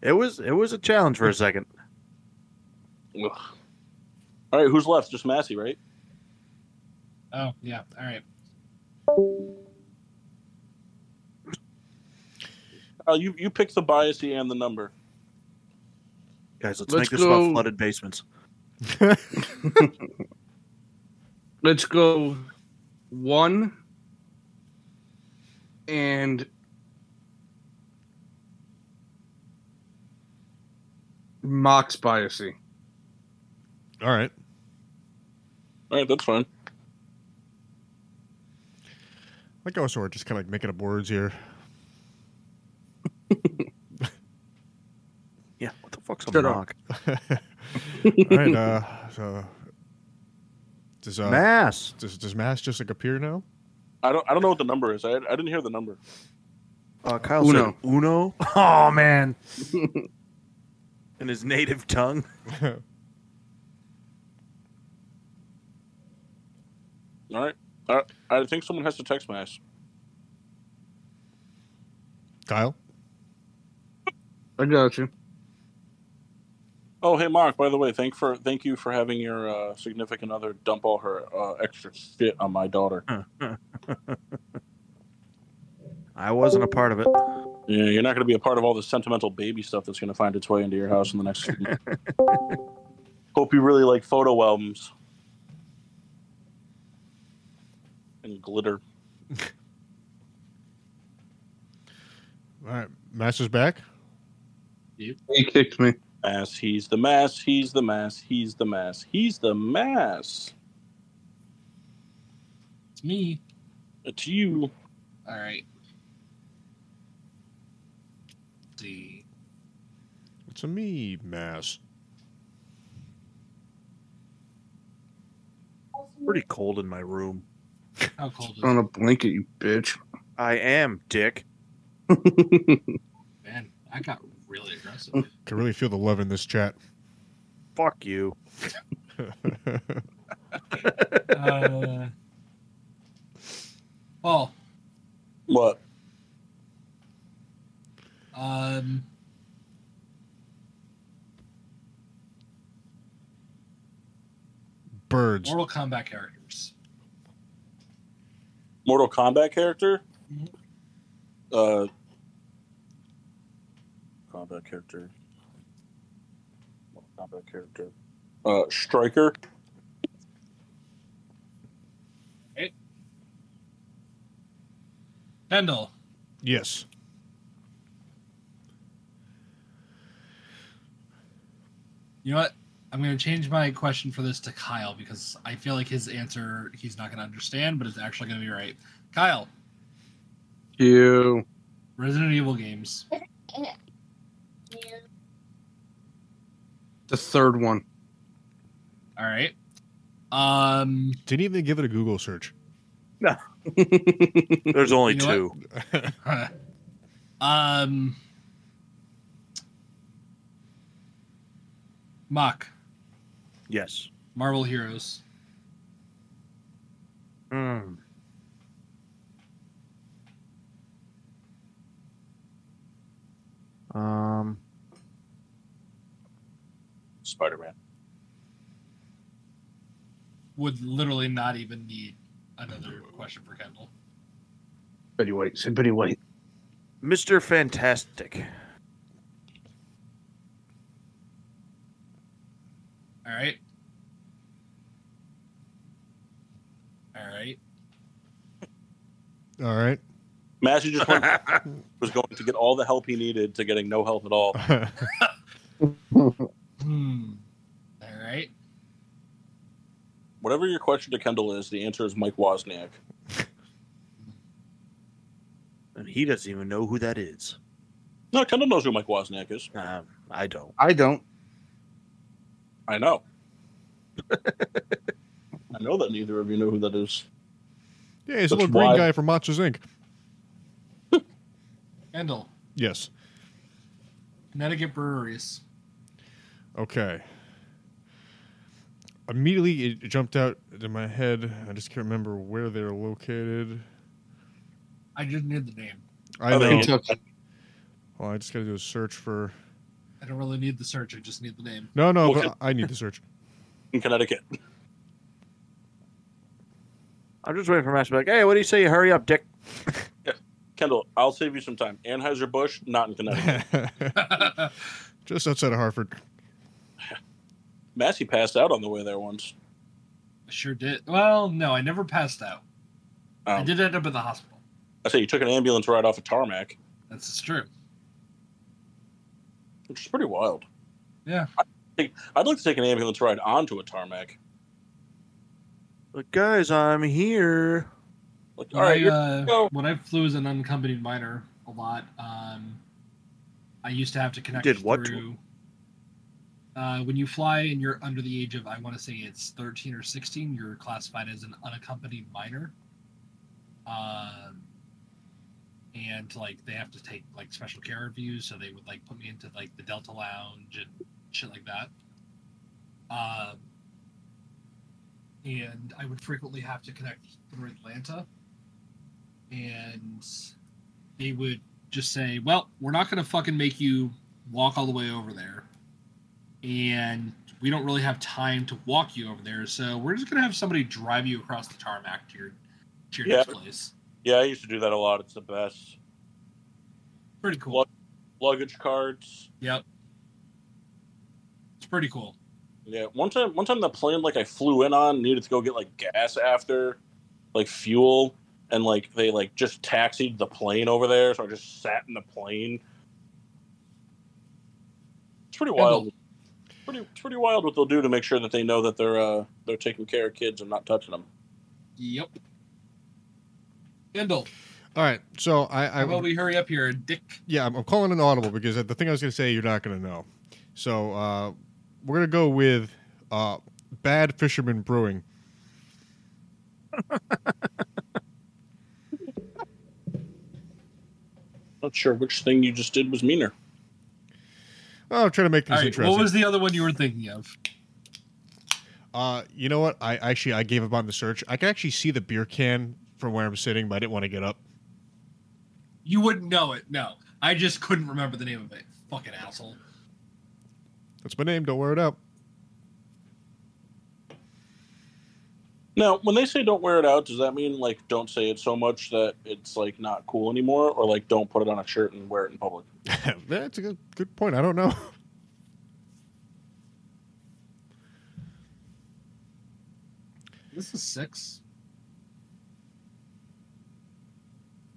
it was it was a challenge for a second.
All right, who's left? Just Massey, right?
Oh yeah. All right.
Kyle, Uh, you you pick the bias and the number.
Guys, let's,
Let's
make this about
go-
flooded basements.
Let's go one and Mox biasy.
All right.
All right, that's fine.
Like I was sort of just kind of like making up words here.
Yeah, what the fuck's a
Shut up.
mock?
All right. Uh, so does uh,
Mass.
does does mass just like appear now?
I don't I don't know what the number is. I, I didn't hear the number.
Uh, Kyle
Uno.
said Uno. Oh man. In his native tongue.
All right. All right. I think someone has to text Mass.
Kyle.
I got you.
Oh, hey, Mark. By the way, thank for thank you for having your uh, significant other dump all her uh, extra shit on my daughter.
I wasn't a part of it.
Yeah, you're not going to be a part of all the sentimental baby stuff that's going to find its way into your house in the next. few months. Hope you really like photo albums. and glitter.
All right, Master's back.
He kicked me.
Mass, he's the mass, he's the mass, he's the mass, he's the mass.
It's me.
It's you.
All right. see.
It's a me, Mass.
Pretty cold in my room.
How cold is
On
it?
a blanket, you bitch.
I am, Dick.
Man, I got really aggressive.
Can really feel the love in this chat.
Fuck you.
uh, Paul,
What?
um,
Birds.
Mortal Kombat characters.
Mortal Kombat character?
Mhm.
Uh, combat character. Mortal Kombat character. Uh, Striker.
Pendle,
Yes.
you know what? I'm going to change my question for this to Kyle because I feel like his answer he's not going to understand, but it's actually going to be right. Kyle,
You.
Resident Evil games.
The third one.
All right. Um,
Didn't even give it a Google search.
There's only
You know
two.
um, Mock,
Yes.
Marvel Heroes.
Mm. Um.
Spider Man.
would literally not even need another question for Kendall.
Betty White. Say Betty White.
Mr. Fantastic.
All right. All right.
All right.
Massey just went, was going to get all the help he needed to getting no help at all.
Hmm. All right.
Whatever your question to Kendall is, the answer is Mike Wozniak.
and he doesn't even know who that is.
No, Kendall knows who Mike Wozniak is.
Um, I don't.
I don't.
I know. I know that neither of you know who that is.
Yeah, he's
That's
a little green
why-
guy from Monsters Inc.
Kendall,
Yes.
Connecticut breweries.
Okay. Immediately it jumped out in my head. I just can't remember where they're located.
I just need the name.
I
Are they
know.
in-
Kentucky.
Well, I just got to do a search for.
I don't really need the search. I just need the name.
No, no,
Okay.
but I need the search.
in Connecticut.
I'm just waiting for Master. Like, hey, what do you say? You hurry up, Dick.
Kendall, I'll save you some time. Anheuser Busch, not in Connecticut.
just outside of Hartford.
Massey passed out on the way there once.
I sure did. Well, no, I never passed out. I
Um,
did end up in the hospital.
I say you took an ambulance ride off a tarmac,
That's just true.
which is pretty wild.
Yeah.
I, I'd like to take an ambulance ride onto a tarmac.
Like, guys, I'm here.
Like, all
All right,
right,
I,
you're-
uh,
go.
when I flew as an unaccompanied minor a lot, um, I used to have to connect
did what to
through. Uh, when you fly and you're under the age of, I want to say it's 13 or 16, you're classified as an unaccompanied minor. Um, and like they have to take like special care of you, so they would like put me into like the Delta Lounge and shit like that. Um, and I would frequently have to connect through Atlanta and they would just say, "Well, we're not going to fucking make you walk all the way over there, and we don't really have time to walk you over there, so we're just going to have somebody drive you across the tarmac to your to your
Yeah.
next place."
yeah, I used to do that a lot. It's the best.
Pretty cool.
What? Luggage carts.
Yep, it's pretty cool.
Yeah, one time, one time the plane like I flew in on needed to go get like gas after, like fuel and like they like just taxied the plane over there, so I just sat in the plane. It's pretty wild. Pretty it's pretty wild what they'll do to make sure that they know that they're uh they're taking care of kids and not touching them.
Yep. Kendall,
All right, so I,
how
I
about we hurry up here, Dick?
yeah, I'm, I'm calling an audible because the thing I was going to say you're not going to know. So uh, we're going to go with uh, Bad Fisherman Brewing.
Not sure which thing you just did was meaner.
Oh, I'm trying to make
All
things
right,
interesting.
what was the other one you were thinking of?
uh, you know what? I actually I gave up on the search. I can actually see the beer can from where I'm sitting, but I didn't want to get up.
You wouldn't know it. No, I just couldn't remember the name of it. Fucking asshole.
That's my name. Don't wear it out.
Now, when they say don't wear it out, does that mean like don't say it so much that it's like not cool anymore, or like don't put it on a shirt and wear it in public?
That's a good, good point. I don't know.
This is six.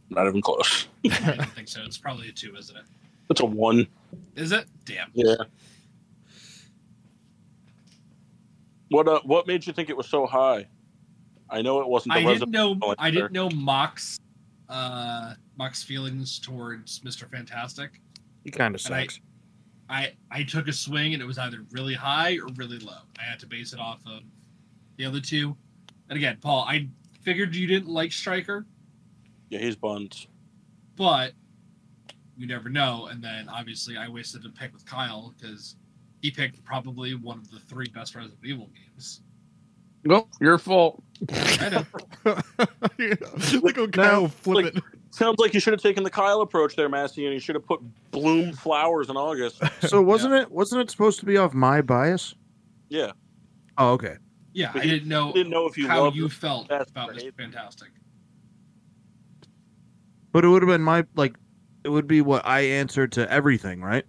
Not even close.
I don't think so. It's probably a two, isn't it?
It's a one.
Is it? Damn.
Yeah. What uh, what made you think it was so high? I know it wasn't the
I didn't
resident.
know.
Oh, it's
I didn't know Mox. Uh, Mox feelings towards Mister Fantastic.
He kind of
And I-
sucks.
I I took a swing and it was either really high or really low. I had to base it off of the other two. And again, Paul, I figured you didn't like Striker,
Yeah, he's buns.
but you never know. And then obviously I wasted a pick with Kyle because he picked probably one of the three best Resident Evil games.
Nope, your fault.
I know.
Look at Kyle
Now,
flip
like-
it.
Sounds like you should have taken the Kyle approach there, Massey, and you should have put bloom flowers in August.
So wasn't it wasn't it supposed to be off my bias?
Yeah,
Oh, okay.
Yeah,
But
I didn't know
didn't know if you
how
loved
you
it.
felt
That's
about Mr.
right.
Fantastic.
But it would have been my like it would be what I answered to everything, right?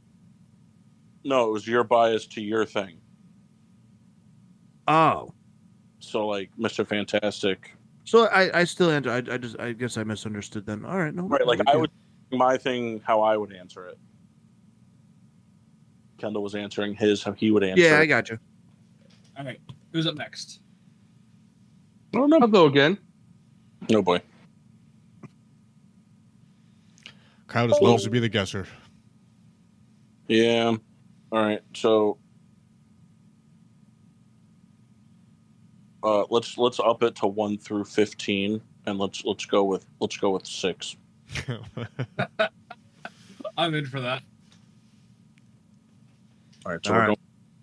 No, it was your bias to your thing.
Oh.
So like Mr. Fantastic,
So I, I still answer. I, I just I guess I misunderstood then. All right, no.
right? Like
no,
I
yeah.
would my thing how I would answer it. Kendall was answering his how he would answer.
Yeah, I
it.
got you.
All right, who's up next?
I don't know. I'll go again.
no boy.
Kyle just loves to be the guesser.
Yeah. All right. So uh, let's let's up it to one through fifteen, and let's let's go with let's go with six.
I'm in for that.
All right. So
All
we're
right.
going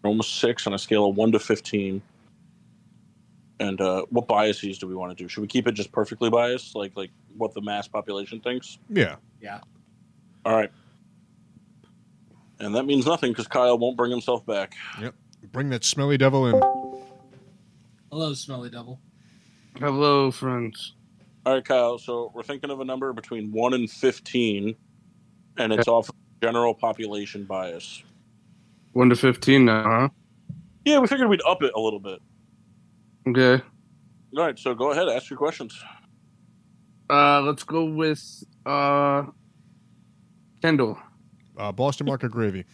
we're almost six on a scale of one to fifteen. And uh, what biases do we want to do? Should we keep it just perfectly biased, like like what the mass population thinks?
yeah.
All right. And that means nothing because Kyle won't bring himself back.
Bring that smelly devil in.
Hello, Smelly Devil.
Hello, friends.
All right, Kyle. So we're thinking of a number between one and fifteen, and it's off general population bias.
One to fifteen now, huh?
Yeah, we figured we'd up it a little bit.
Okay.
All right, so go ahead, ask your questions.
Uh, let's go with uh, Kendall.
Uh, Boston market gravy.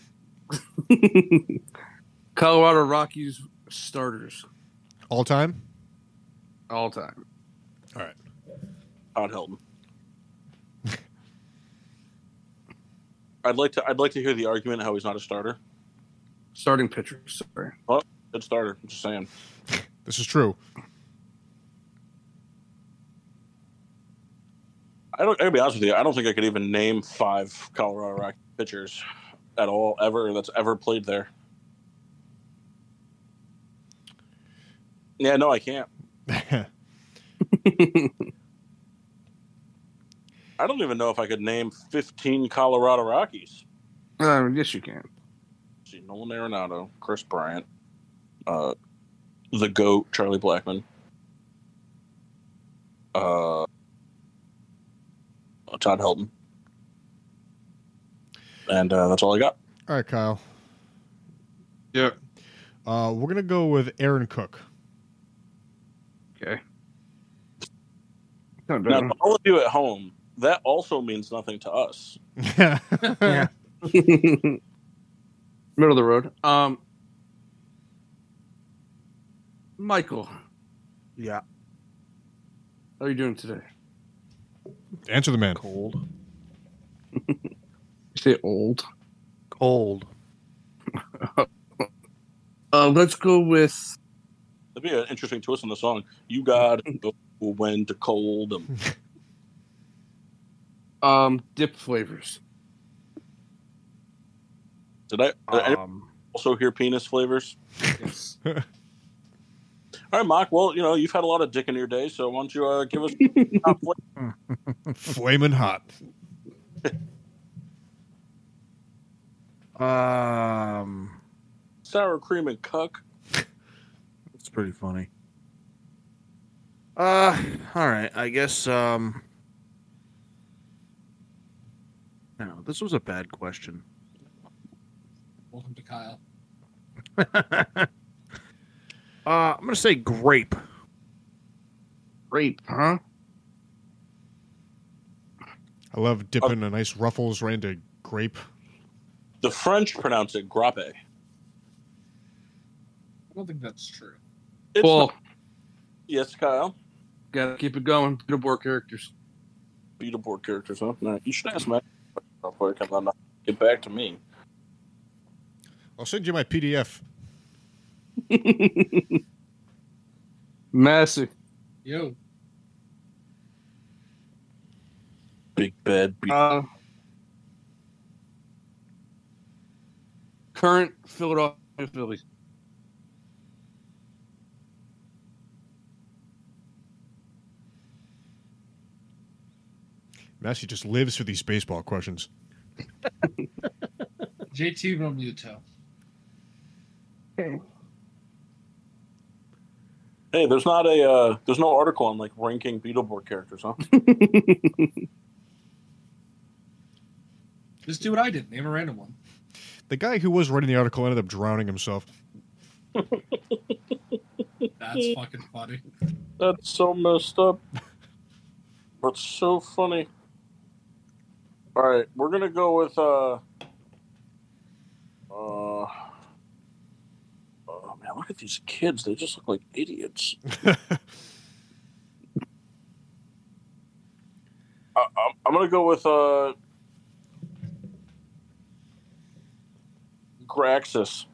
Colorado Rockies starters
All time?
all time.
Todd Helton. I'd like to. I'd like to hear the argument how he's not a starter.
Starting pitchers. Sorry.
Good starter. I'm just saying.
This is true.
I don't. I'll be honest with you. I don't think I could even name five Colorado Rock pitchers at all ever that's ever played there. Yeah, no, I can't. I don't even know if I could name 15 Colorado Rockies.
Uh, yes, you can.
See, Nolan Arenado, Chris Bryant, uh, the goat Charlie Blackman. Uh, Todd Helton. And uh, that's all I got.
All right, Kyle.
Yeah.
Uh, we're going to go with Aaron Cook.
Okay.
Kinda
Now,
Mm-hmm.
better.
to all of you at home, that also means nothing to us.
yeah.
Middle of the road. Um, Michael,
Yeah.
how are you doing today?
Answer the man.
Cold.
You say old.
Cold.
Uh, let's go with
That'd be an interesting twist in the song. You got to know when to cold 'em.
um dip flavors.
Did I, did I
Um,
also hear penis flavors?
Yes.
All right, Mock. Well, you know you've had a lot of dick in your day, so why don't you uh, give us top flavor?
Flaming hot.
um,
sour cream and cuck?
it's pretty funny. Uh, all right. I guess. Um, no, this was a bad question.
Welcome to Kyle.
uh, I'm gonna say grape.
Grape, huh?
I love dipping a nice ruffles right into grape.
The French pronounce it grappe.
I don't think that's true.
It's
well,
not- yes, Kyle.
gotta keep it going. Good board characters.
Beetleborg characters, huh? No, you should ask Matt. real quick, and then Get back to me.
I'll send you my PDF.
Massive.
Yo,
Big bad. Be-
Uh, current Philadelphia Phillies.
Massey just lives for these baseball questions.
JT Romuto.
hey, there's not a uh, there's no article on like ranking Beetleborg characters, huh?
Just do what I did. Name a random one.
The guy who was writing the article ended up drowning himself.
That's fucking funny.
That's so messed up, but so funny. All right, we're gonna go with uh, uh, oh man, look at these kids. They just look like idiots. I, I'm, I'm gonna go with uh, Graxus.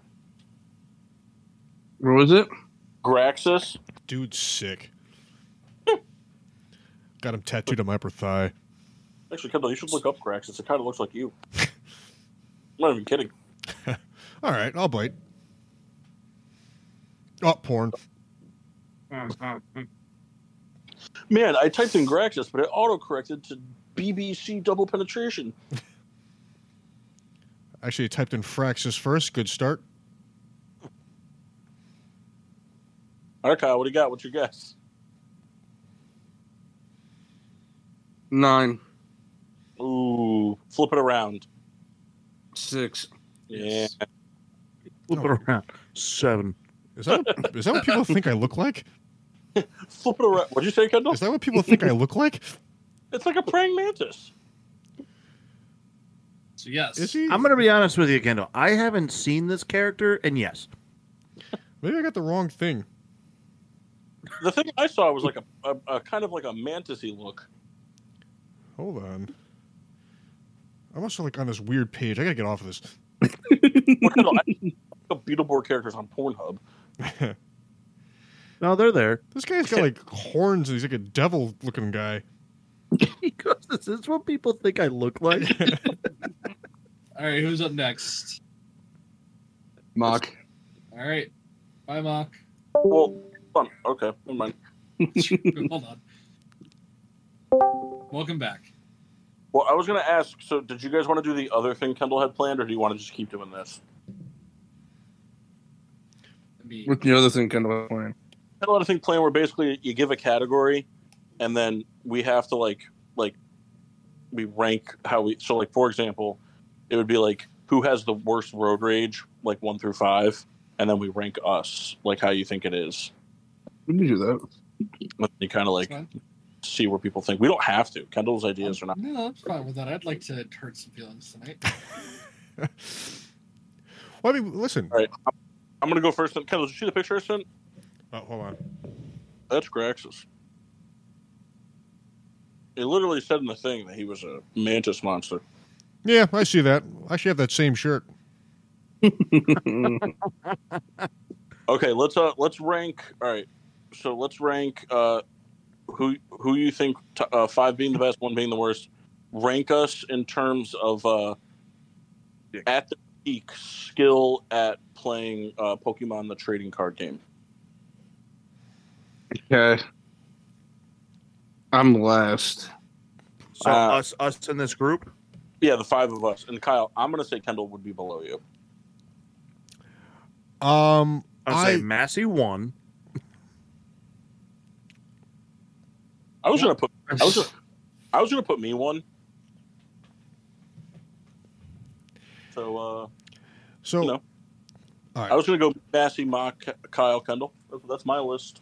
What was it?
Graxus.
Dude's sick. Got him tattooed on my upper thigh.
Actually, Kendall, you should look up Graxus. It kind of looks like you. I'm not even kidding.
All right, I'll bite. Oh, porn.
Man, I typed in Graxus, but it autocorrected to BBC double penetration.
Actually, I typed in Fraxis first. Good start.
All right, Kyle, what do you got? What's your guess?
Nine,
Ooh, flip it around.
six.
Yeah.
Flip it around. Seven.
Is that, what, is that what people think I look like?
Flip it around. What'd you say,
Oh.
Kendall?
Is that what people think I look like?
It's like a praying mantis.
So yes,
Is he?
I'm gonna be honest with you, Kendall. I haven't seen this character, and yes,
Maybe I got the wrong thing.
The thing I saw was like a, a, a kind of like a mantisy look.
Hold on. I'm also like on this weird page. I gotta get off of this.
Well, Kendall, I look up Beetleborg characters on Pornhub.
no, they're there.
This guy's got like horns and he's like a devil looking guy.
Because this is what people think I look like.
All right, who's up next?
Mock.
All right, bye, Mock.
Well, fun. Okay, never mind.
Hold on. Welcome back.
Well, I was going to ask so, did you guys want to do the other thing Kendall had planned, or do you want to just keep doing this?
I mean,
What's the other thing kind of plan?
had a lot of things playing where basically you give a category and then we have to like like we rank how we so like for example it would be like who has the worst road rage like one through five and then we rank us like how you think it is
We can do that.
and you kind of like
that's fine.
see where people think. We don't have to. Kendall's ideas are not.
No, I'm fine with that. I'd like to hurt some feelings tonight.
Well, I mean, listen.
All right. I'm- I'm going to go first. Kendall, did you see the picture I sent?
Oh, hold on.
That's Graxus. It literally said in the thing that he was a mantis monster.
Yeah, I see that. I should have that same shirt.
Okay, let's uh let's rank. All right, so let's rank uh who who you think t- uh, five being the best, one being the worst. Rank us in terms of uh
Yeah.
at the peak skill at playing uh Pokemon the trading card game.
Okay. I'm last.
So
Uh,
us us in this group.
Yeah, the five of us and Kyle. I'm gonna say Kendall would be below you.
Um,
I'll say
I-
Massey one.
I was gonna put I was gonna, I was gonna put me one. So uh
so
No.
all right.
I was gonna go Massey, Mock, Kyle, Kendall. That's- That's my list.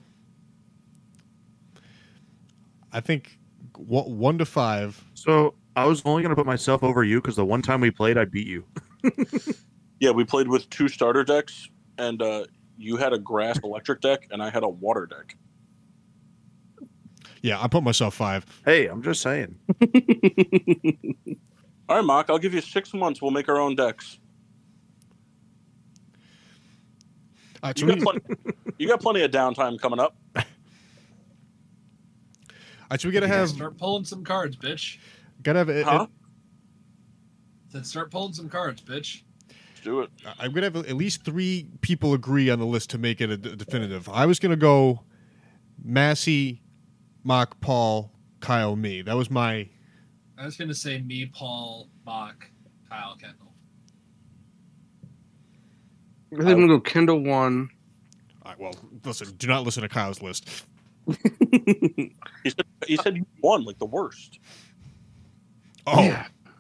I think one, one to five.
So I was only gonna put myself over you because the one time we played, I beat you.
Yeah, we played with two starter decks, and uh, you had a grass electric deck, and I had a water deck.
Yeah, I put myself five.
Hey, I'm just saying.
All right, Mock, I'll give you six months. We'll make our own decks.
All right, so
You
we-
got plenty, you got plenty of downtime coming up.
all right, so we gotta have
start pulling some cards, bitch.
gotta have. a-
Huh?
Then start pulling some cards, bitch.
Let's do it.
I- I'm gonna have at least three people agree on the list to make it a d- definitive. I was gonna go Massey, Mock, Paul, Kyle, me. That was my
I was gonna say me, Paul, Mock, Kyle, Kendall.
I think I'm gonna go Kendall one.
all right, well. Listen, do not listen to Kyle's list.
He said, he said you won, like the worst,
Oh yeah,
yeah,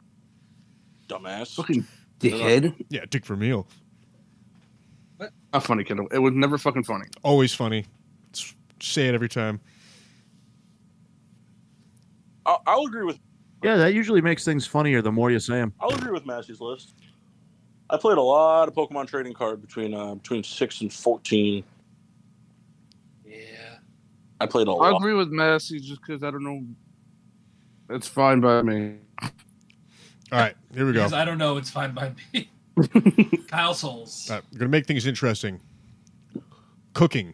dumbass.
fucking dickhead.
Dick Vermeil,
Not funny, Kendall. It was never fucking funny.
always funny. S- Say it every time.
I'll, I'll agree with
Yeah, that usually makes things funnier the more you say them.
I'll agree with Massey's list. I played a lot of Pokemon trading card between uh, between six and fourteen.
Yeah.
I played a
I
lot.
agree with Massey just because I don't know. It's fine by me.
All right, here we go.
Because I don't know, it's fine by me. Kyle Souls.
All
Uh,
right, we're gonna make things interesting. Cooking.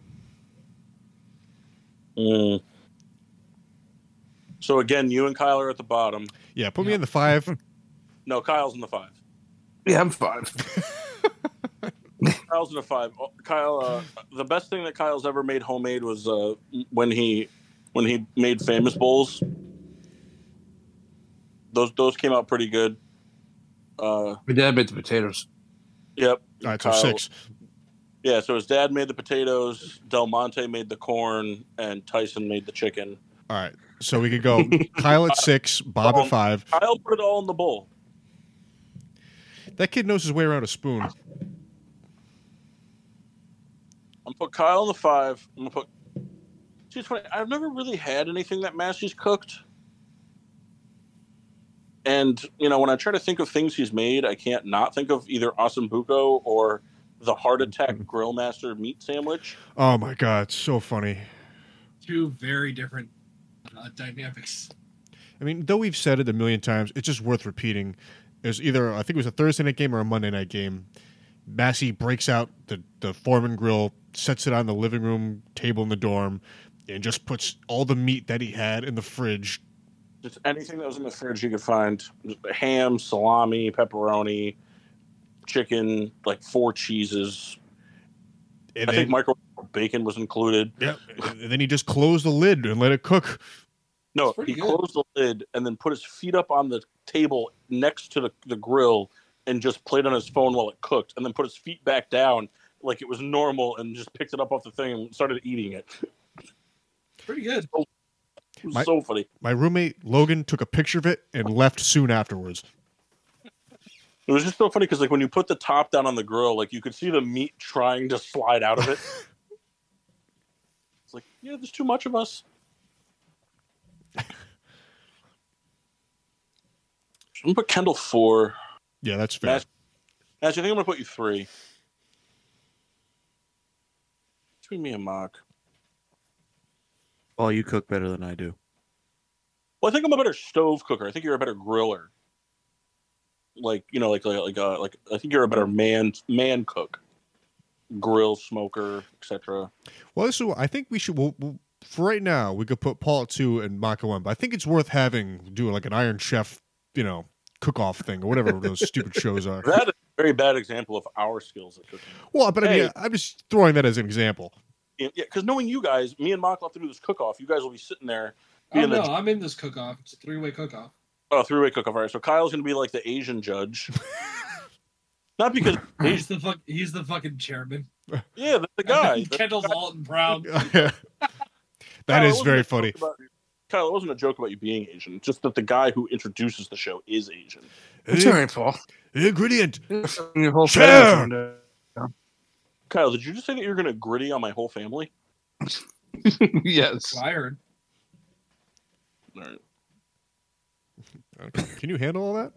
Mm. So again, you and Kyle are at the bottom.
Yeah, put me
Yeah.
in the five.
No, Kyle's in the five.
Yeah, I'm fine.
Kyle's in a five. Oh, Kyle, uh, the best thing that Kyle's ever made homemade was uh, when he when he made famous bowls. Those those came out pretty good. Uh,
My dad made the potatoes.
yep.
All right, so
Kyle-
six.
Yeah. So his dad made the potatoes. Del Monte made the corn, and Tyson made the chicken.
All right, so we could go Kyle at six, Bob at
Um,
five.
Kyle put it all in the bowl.
That kid knows his way around a spoon.
I'm gonna put Kyle in the five. I'm gonna put. See, it's funny. I've never really had anything that Massey's cooked. And you know, when I try to think of things he's made, I can't not think of either Asambuco or the Heart Attack Grill Master meat sandwich.
Oh my god, so funny.
Two very different uh, dynamics.
I mean, though we've said it a million times, it's just worth repeating. It was either I think it was a Thursday night game or a Monday night game. Massey breaks out the the Foreman grill, sets it on the living room table in the dorm, and just puts all the meat that he had in the fridge.
Just anything that was in the fridge you could find: ham, salami, pepperoni, chicken, like four cheeses.
And
I
then,
think microwave bacon was included.
yeah, and then he just closed the lid and let it cook.
No,
It's pretty
he
good.
closed the lid and then put his feet up on the table next to the, the grill and just played on his phone while it cooked, and then put his feet back down like it was normal and just picked it up off the thing and started eating it.
Pretty good.
It was
My-
so funny.
My roommate Logan took a picture of it and left soon afterwards.
It was just so funny because like when you put the top down on the grill, like you could see the meat trying to slide out of it. it's like, yeah, there's too much of us. I'm gonna put Kendall four.
Yeah, that's fair.
That's- Actually, I think I'm gonna put you three. Between me and Mock.
Well, you cook better than I do.
Well, I think I'm a better stove cooker. I think you're a better griller. Like you know, like like like, uh, like I think you're a better man man cook, grill smoker, etc.
Well, this is what I think we should. We'll, we'll, for right now, we could put Paul at two and Mach at one, but I think it's worth having do like an Iron Chef, you know, cook off thing or whatever those stupid shows are.
That is a very bad example of our skills at cooking.
Well, but I mean,
Hey.
I'm just throwing that as an example.
Yeah, because knowing you guys, me and Mock will have to do this cook off. You guys will be sitting there
Oh
being
no,
the
I'm in this cook off. It's a three way cook off.
oh, three way cook off. All right, so Kyle's gonna be like the Asian judge. Not because
He's the fuck. He's the fucking chairman.
yeah, Hmm. the, the guy. The-
Kendall's Alton Brown.
that
Kyle, it
is
wasn't a
very
joke
funny.
about- Kyle, it wasn't a joke about you being Asian. It's just that the guy who introduces the show is Asian.
It's all right, Paul.
ingredient.
Your whole
Sure.
family's gonna-
Kyle, did you just say that you're gonna gritty on my whole family?
yes.
I heard.
All right.
Can you handle all that?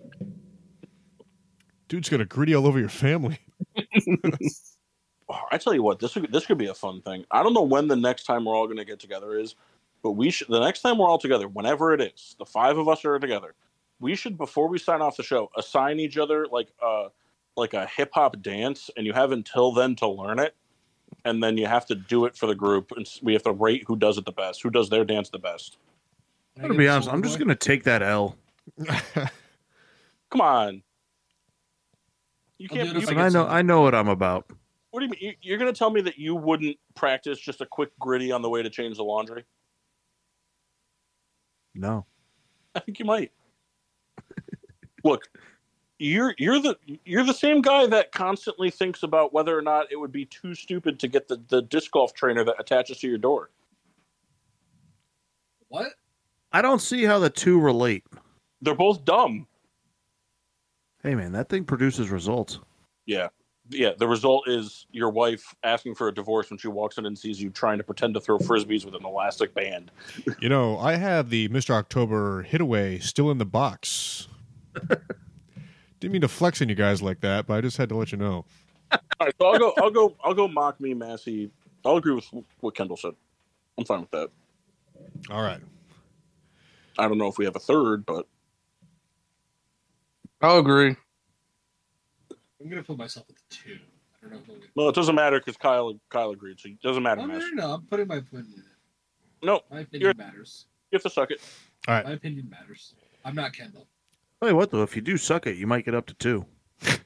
Dude's gonna gritty all over your family.
Oh, I tell you what, this would, this could be a fun thing. I don't know when the next time we're all going to get together is, but we should. The next time we're all together, whenever it is, the five of us are together. We should before we sign off the show assign each other like a like a hip hop dance, and you have until then to learn it, and then you have to do it for the group, and s- we have to rate who does it the best, who does their dance the best.
I'm gonna be honest. I'm just gonna take that L.
Come on, you
I'll
can't.
do
you
it if I get
And I know.
some-
I know what I'm about.
What do you mean? You- You're going to tell me that you wouldn't practice just a quick gritty on the way to change the laundry?
No.
I think you might. Look, you're you're the you're the same guy that constantly thinks about whether or not it would be too stupid to get the, the disc golf trainer that attaches to your door.
What?
I don't see how the two relate.
They're both dumb.
Hey man, that thing produces results.
Yeah. Yeah. The result is your wife asking for a divorce when she walks in and sees you trying to pretend to throw frisbees with an elastic band.
you know, I have the Mr. October hitaway still in the box. Didn't mean to flex on you guys like that, but I just had to let you know.
All right, so I'll go I'll go I'll go mock me, Massey. I'll agree with what Kendall said. I'm fine with that.
All right.
I don't know if we have a third, but
I'll agree.
I'm gonna put myself at the two. I don't know. If I'm gonna...
no, it doesn't matter because Kyle Kyle agreed, so it doesn't matter.
No, no,
Massey.
no, no, I'm putting my opinion. in.
No,
my opinion
you're-
matters.
You have to suck it.
My opinion matters. I'm not Kendall.
Tell you what though, if you do suck it, you might get up to two. Just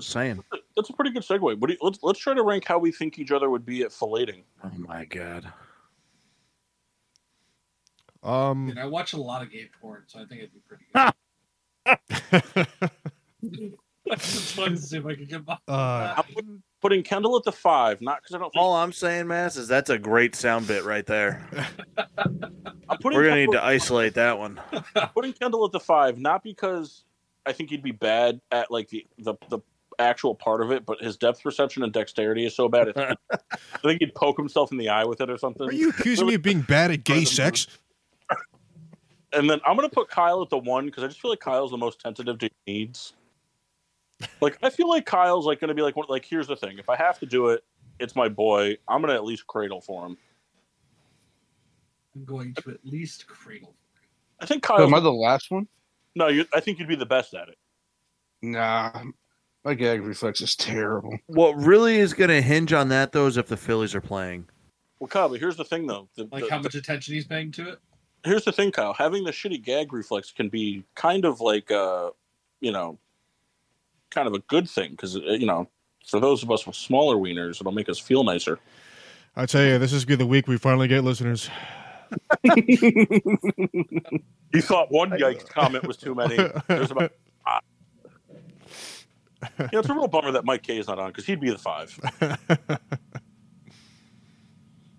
saying.
That's a pretty good segue. What do you, let's let's try to rank how we think each other would be at filleting.
Oh my god.
Hmm.
Um,
And I watch a lot of gay porn, so I think it'd be pretty
Ha!
good. I just wanted to see if I could get by.
uh,
I'm put- putting Kendall at the five, not because I don't. Think,
All I'm saying, Mass, is that's a great sound bit right there.
I'm putting
We're gonna need
Kendall,
to isolate that one.
putting Kendall at the five, not because I think he'd be bad at like the the, the actual part of it, but his depth perception and dexterity is so bad. I think he'd poke himself in the eye with it or something.
are you accusing me of being bad at gay sex?
and then I'm gonna put Kyle at the one because I just feel like Kyle's the most tentative to your needs. Like I feel like Kyle's like gonna be like one, like here's the thing if I have to do it, it's my boy. I'm gonna at least cradle for him.
I'm going to at least cradle.
I think
So
Kyle.
am I the last one?
no, you, I think you'd be the best at it.
Nah. My gag reflex is terrible.
What really is gonna hinge on that though is if the Phillies are playing.
Well, Kyle, but here's the thing though. The,
Like
the-
how much attention he's paying to it.
here's the thing, Kyle. Having the shitty gag reflex can be kind of like, uh, you know, kind of a good thing because you know, for those of us with smaller wieners, it'll make us feel nicer.
I tell you, this is gonna be the week we finally get listeners.
You thought one yikes comment was too many. There's about you know, it's a real bummer that Mike K is not on because he'd be the five.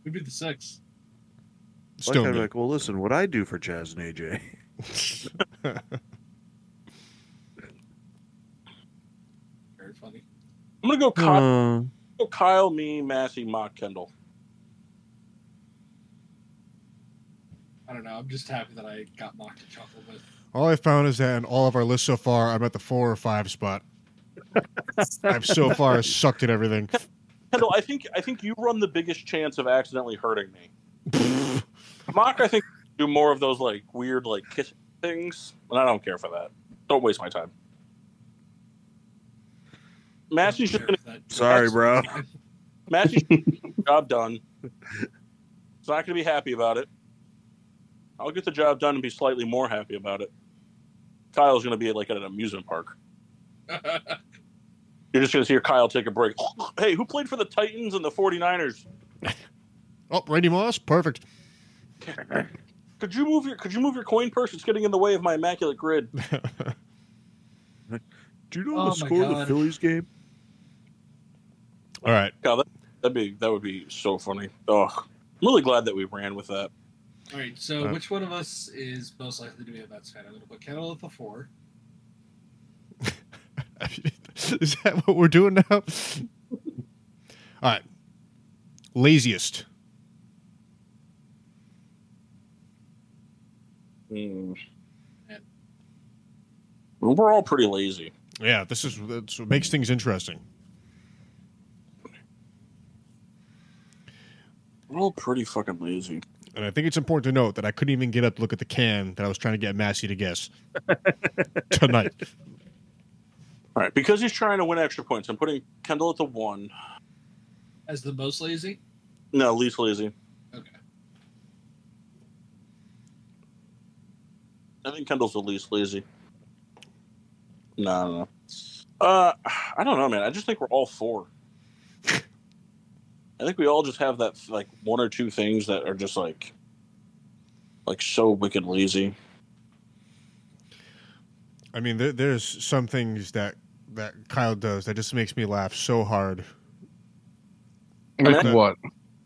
We'd be the six.
Like,
Still
I'd be
me.
like, well, listen, what I do for Chaz and AJ.
Very funny.
I'm gonna go Kyle,
Uh,
go Kyle me, Massey, Mock, Kendall.
I don't know. I'm just happy that I got mocked and chuckled with.
All I found is that in all of our lists so far, I'm at the four or five spot. I've so far sucked at everything.
Kendall, I think I think you run the biggest chance of accidentally hurting me. Mock, I think do more of those like weird like kiss things, and I don't care for that. Don't waste my time. Massey's just gonna
that.
Sorry, bro.
Massey's job done. He's not gonna be happy about it. I'll get the job done and be slightly more happy about it. Kyle's gonna be like at an amusement park. You're just gonna hear Kyle take a break. Hey, who played for the Titans and the 49ers?
Oh, Randy Moss, perfect.
Could you move your Could you move your coin purse? It's getting in the way of my immaculate grid.
Do you know
Oh
the
my
score of the
God.
Phillies game?
All right.
God, that, that'd be that would be so funny. Oh, I'm really glad that we ran with that.
All right. So,
Uh-huh.
Uh.
which one of us is most likely to be a Mets fan? I'm going to put Kendall at the four.
is that what we're doing now? All right. Laziest.
We're all pretty lazy.
Yeah, this is that's what makes things interesting.
We're all pretty fucking lazy.
And I think it's important to note that I couldn't even get up to look at the can that I was trying to get Massey to guess tonight.
All right, because he's trying to win extra points. I'm putting Kendall at the one.
As the most lazy?
No, least lazy.
Okay.
I think Kendall's the least lazy. No, no. Uh, I don't know, man. I just think we're all four. I think we all just have that like one or two things that are just like, like so wicked lazy.
I mean, there, there's some things that that Kyle does that just makes me laugh so hard.
Like
Okay.
what?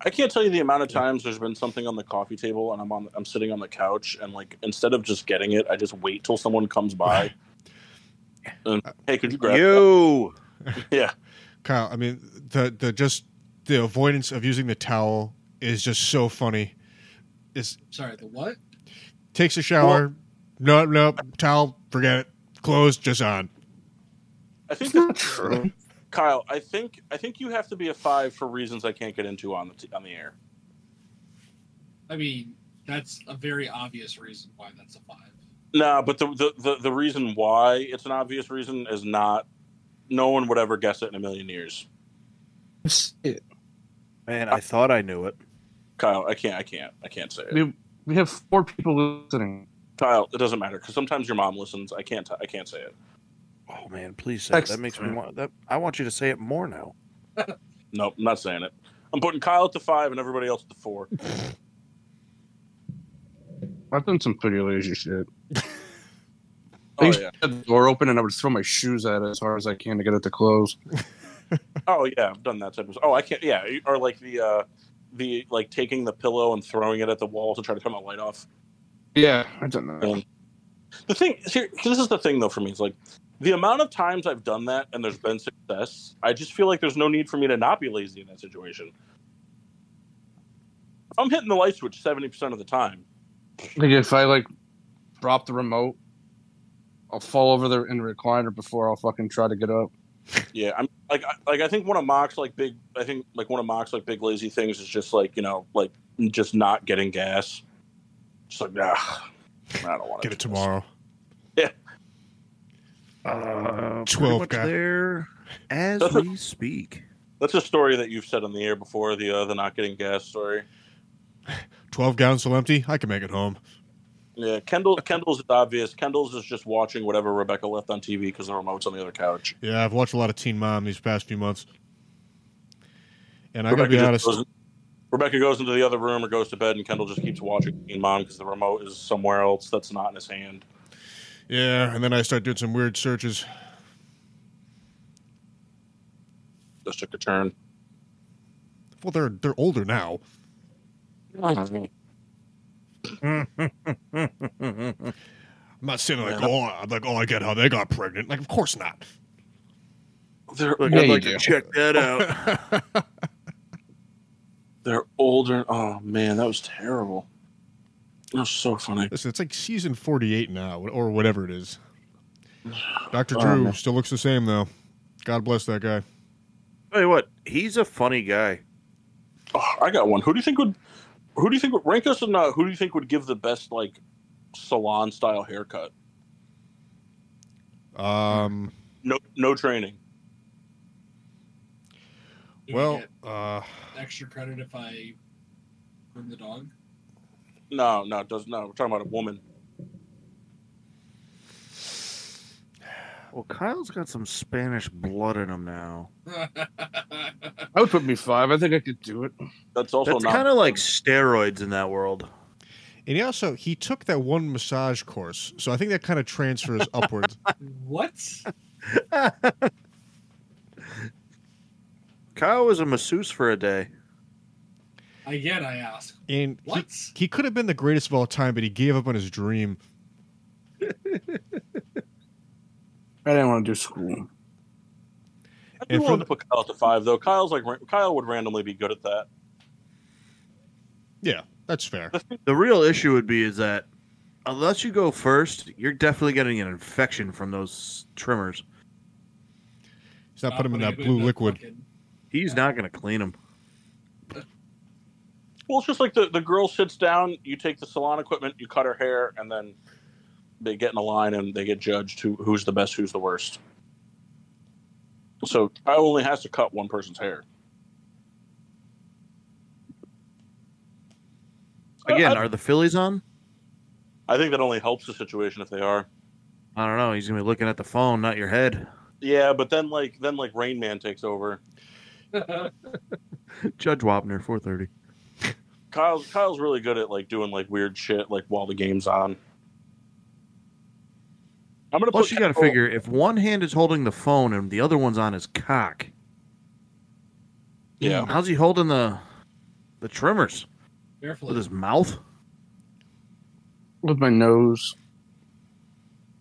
I can't tell you the amount of times there's been something on the coffee table and I'm on I'm sitting on the couch and like instead of just getting it, I just wait till someone comes by. and, hey, could you grab that?"
You.
Yeah.
Kyle, I mean, the the just the avoidance of using the towel is just so funny. It's
Sorry, the what?
takes a shower, nope, nope, towel, forget it, clothes just on.
I think
Not true.
Kyle, I think I think you have to be a 5 for reasons I can't get into on the t- on the air.
I mean, that's a very obvious reason why that's a five.
Nah, but the the, the the reason why it's an obvious reason is not no one would ever guess it in a million years.
Shit.
Man, I thought I knew it.
Kyle, I can't I can't I can't say it.
We, we have four people listening.
Kyle, it doesn't matter cuz sometimes your mom listens. I can't t- I can't say it.
Oh man, please say it. that
Excellent.
makes me want that. I want you to say it more now.
Nope, I'm not saying it. I'm putting Kyle at the five and everybody else at the four.
I've done some pretty lazy shit. I
Oh
used
yeah.
to have the door open and I would just throw my shoes at it as hard as I can to get it to close.
Oh yeah. I've done that type of. Oh, I can't. Yeah. Or like the uh, the like taking the pillow and throwing it at the wall to try to turn the light off.
Yeah, I don't know.
Um, The thing here, this is the thing though for me. It's like the amount of times I've done that and there's been success. I just feel like there's no need for me to not be lazy in that situation. If I'm hitting the light switch seventy percent of the time.
Like if I like drop the remote, I'll fall over the in the recliner before I'll fucking try to get up.
Yeah, I'm like I, like I think one of Mock's like big. I think like one of Mock's like big lazy things is just like you know like just not getting gas. Just like nah, I don't want
Get it tomorrow.
Uh, pretty
12
much
guy.
there as
That's a-
we speak.
That's a story that you've said on the air before. The uh, the not getting gas story.
Twelve gallons till empty. I can make it home.
Yeah, Kendall Kendall's is obvious. Kendall's is just watching whatever Rebecca left on TV because the remote's on the other couch.
Yeah, I've watched a lot of Teen Mom these past few months, and I gotta be
just
honest.
goes- Rebecca goes into the other room or goes to bed, and Kendall just keeps watching Teen Mom because the remote is somewhere else that's not in his hand.
Yeah, and then I start doing some weird searches.
This took a turn.
Well, they're they're older now.
Mm-hmm.
I'm not sitting like,
Yeah.
oh, I'm like, oh, I get how they got pregnant. Like, of course not.
They're
Look,
Yeah,
I'd
you
like
do.
to check that out.
They're older. Oh man, that was terrible. That's so funny.
Listen, it's like season 48 now, or whatever it is. Dr.
Oh,
Drew
man.
still looks the same, though. God bless that guy.
Tell you what, he's a funny guy.
Oh, I got one. Who do you think would? Who do you think would rank us? And uh, who do you think would give the best like salon style haircut?
Um,
No, no training.
Do we
well,
get
uh,
extra credit if I groom the dog.
No, no, it does no. We're talking about a woman.
Well, Kyle's got some Spanish blood in him now.
I would put me five. I think I could do it.
That's also
That's
not
kind of like steroids in that world.
and he also he took that one massage course, so I think that kind of transfers upwards.
what?
Kyle was a masseuse for a day.
Again, I ask.
And he-
What?
he could have been the greatest of all time, but he gave up on his dream.
I didn't want to do school.
I do
And for
want
the-
to put Kyle to five though. Kyle's like ra- Kyle would randomly be good at that.
Yeah, that's fair.
The real issue would be is that unless you go first, you're definitely getting an infection from those trimmers.
He's not put him in
putting
that
it
blue
the
liquid.
fucking-
He's not going to clean them.
Well, it's just like the, the girl sits down, you take the salon equipment, you cut her hair, and then they get in a line and they get judged who, who's the best, who's the worst. So I only has to cut one person's hair.
Again,
Uh, I,
are the Phillies on?
I think that only helps the situation if they are.
I don't know. He's going to be looking at the phone, not your head.
Yeah, but then like then like Rain Man takes over.
Judge Wapner, 430.
Kyle's Kyle's really good at like doing like weird shit like while the game's on. I'm gonna
Plus,
put
you got to
Kyle-
figure if one hand is holding the phone and the other one's on his cock,
Yeah.
how's he holding the the trimmers? With
Carefully.
his mouth?
With my nose.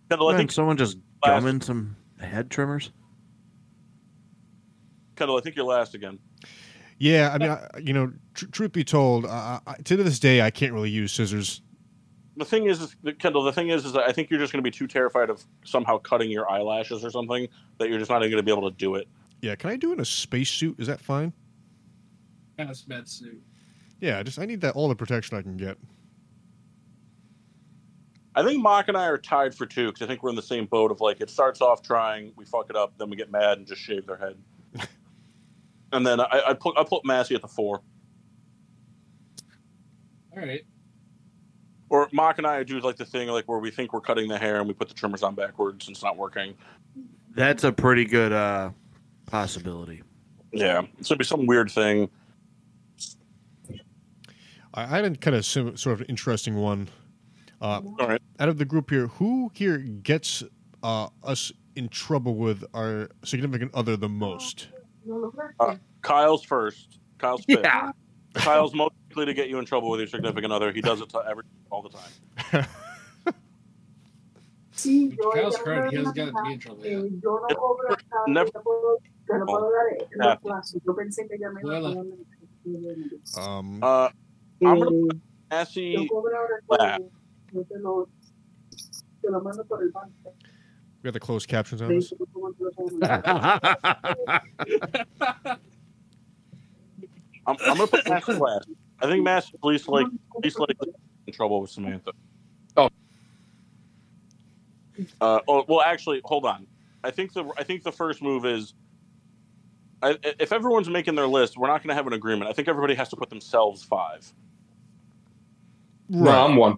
Kendall, I
Man,
think
someone just
last-
gumming some head trimmers.
Kendall, I think you're last again.
Yeah, I mean, I, you know, tr- truth be told, I, I, to this day, I can't really use scissors.
the thing is, is that- Kendall. The thing is, is that I think you're just going to be too terrified of somehow cutting your eyelashes or something that you're just not even going to be able to do it.
Yeah, can I do it in a spacesuit? Is that fine?
Kind of smed suit.
Yeah, just I need that all the protection I can get.
I think Mock and I are tied for two because I think we're in the same boat of like it starts off trying, we fuck it up, then we get mad and just shave their head. and then I, I put I put Massey at the four,
All right.
or Mock and I do like the thing like where we think we're cutting the hair and we put the trimmers on backwards and it's not working.
That's a pretty good uh, possibility.
Yeah, it's gonna be some weird thing.
I, I had a kind of sim- sort of interesting one. Uh,
All right,
out of the group here, who here gets uh, us in trouble with our significant other the most?
Uh,
Kyle's first. Kyle's fifth. Kyle's most likely to get you in trouble with your significant other. He does it to every all the time.
Sí, yo
Kyle's
ya
current, he
me
hasn't gotten
mandaron,
me in trouble
eh,
yet.
yo no puedo prestar,
Never-
yo no puedo, yo no puedo dar eh,
Yeah.
los plazos. Oh, Yo pensé que ya me iba a
Vuela. Ah.
pagar la- eh,
Um,
Uh, I'm gonna-
yo
Massey,
cobro ahora
Vuela.
cuando- yo te lo, te lo mando por el banco.
we got the closed captions on
Te
this.
digo cómo te lo puedo mandar.
I'm, I'm gonna put Massey last. I think Massey's least like least likely in trouble with Samantha.
Oh.
Uh, oh well, actually, hold on. I think the I think the first move is. I, if everyone's making their list, we're not going to have an agreement. I think everybody has to put themselves five.
No, I'm one.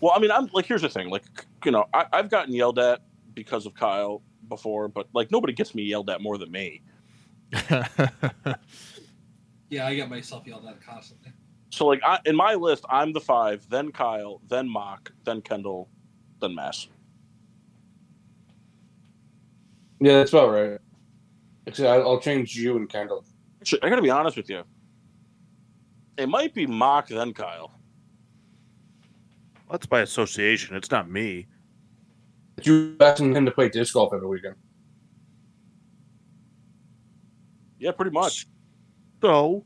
Well, I mean, I'm like, here's the thing. Like, you know, I, I've gotten yelled at because of Kyle before, but like, nobody gets me yelled at more than me.
Yeah, I get myself yelled at constantly.
So, like, I, in my list, I'm the five, then Kyle, then Mock, then Kendall, then Mass.
Yeah, that's about right. Except I- I'll change you and Kendall.
Actually, I gotta be honest with you. It might be Mock, then Kyle.
That's by association. It's not me.
You asking him to play disc golf every weekend.
Yeah, pretty much.
So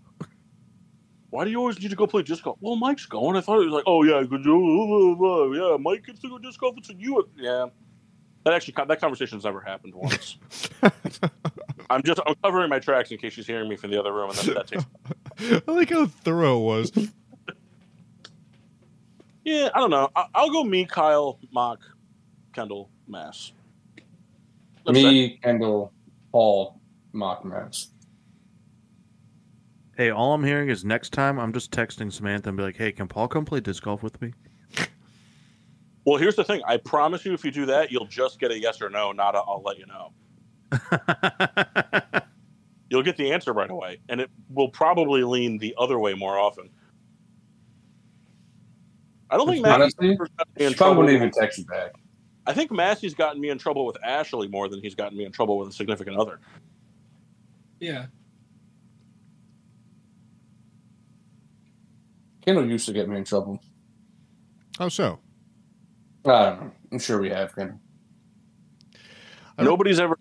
why do you always need to go play disc golf? Well, Mike's going. I thought it was like, oh yeah, good, blah, blah, blah. yeah, Mike gets to go disc golf. It's a you. Yeah, that actually that conversation's never happened once. I'm just I'm covering my tracks in case she's hearing me from the other room, and that, that takes.
I like how thorough it was.
Yeah, I don't know. I, I'll go me, Kyle, Mock, Kendall, Mass.
Me, Kendall, Paul, Mock Max.
Hey, all I'm hearing is next time I'm just texting Samantha and be like, "Hey, can Paul come play disc golf with me?"
Well, here's the thing. I promise you, if you do that, you'll just get a yes or no, not a I'll let you know. You'll get the answer right away, and it will probably lean the other way more often. I don't think Massey's
Honestly,
ever gotten me in
She probably
trouble.
wouldn't even text you back.
I think Massey's gotten me in trouble with Ashley more than he's gotten me in trouble with a significant other.
Yeah.
Kendall used to get me in trouble.
How so?
I don't know. I'm sure we have Kendall.
I don't-
Nobody's ever.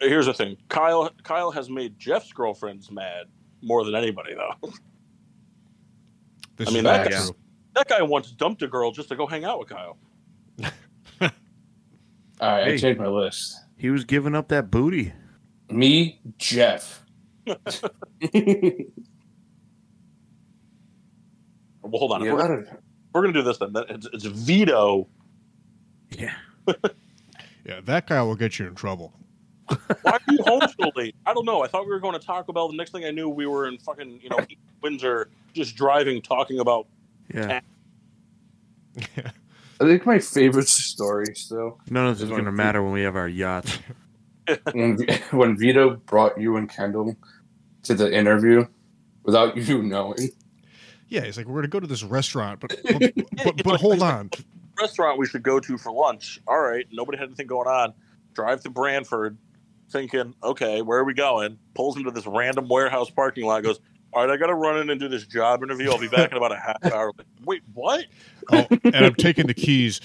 Here's the thing, Kyle. Kyle has made Jeff's girlfriends mad more than anybody, though.
This
I mean,
is
that
not
guy-
true.
That guy once dumped a girl just to go hang out with Kyle.
All right,
Hey.
I changed my list.
He was giving up that booty.
Me, Jeff.
Well, hold on. If
Yeah.
We're, gonna- if we're gonna do this then. then It's, it's Vito.
Yeah.
Yeah, that guy will get you in trouble.
Why are you home so late? I don't know. I thought we were going to Taco Bell. The next thing I knew, we were in fucking you know Windsor, just driving, talking about.
Yeah.
I think my favorite story still
None of this is
There's
gonna
one-
matter when we have our yachts.
when, when Vito brought you and Kendall to the interview without you knowing.
Yeah, he's like, we're gonna go to this restaurant, but but, but, but hold on.
restaurant we should go to for lunch. All right, nobody had anything going on. Drive to Branford, thinking, okay, where are we going? Pulls into this random warehouse parking lot. Goes, all right, I got to run in and do this job interview. I'll be back in about a half hour. Like, Wait, what?
Oh, and I'm taking the keys.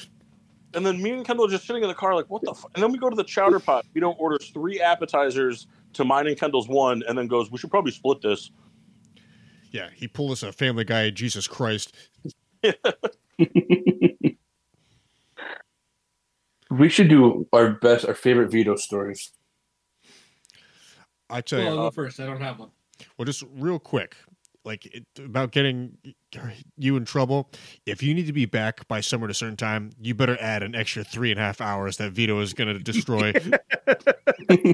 And then me and Kendall are just sitting in the car, like, what the? Fu-? And then we go to the chowder pot. We don't orders three appetizers to mine and Kendall's one, and then goes, we should probably split this.
Yeah, he pulled us a Family Guy. Jesus Christ!
We should do our best, our favorite Vito stories.
I tell
Well, I'll
you,
go first. I don't have one.
well, just real quick, like it, about getting you in trouble. If you need to be back by somewhere at a certain time, you better add an extra three and a half hours that Vito is gonna destroy.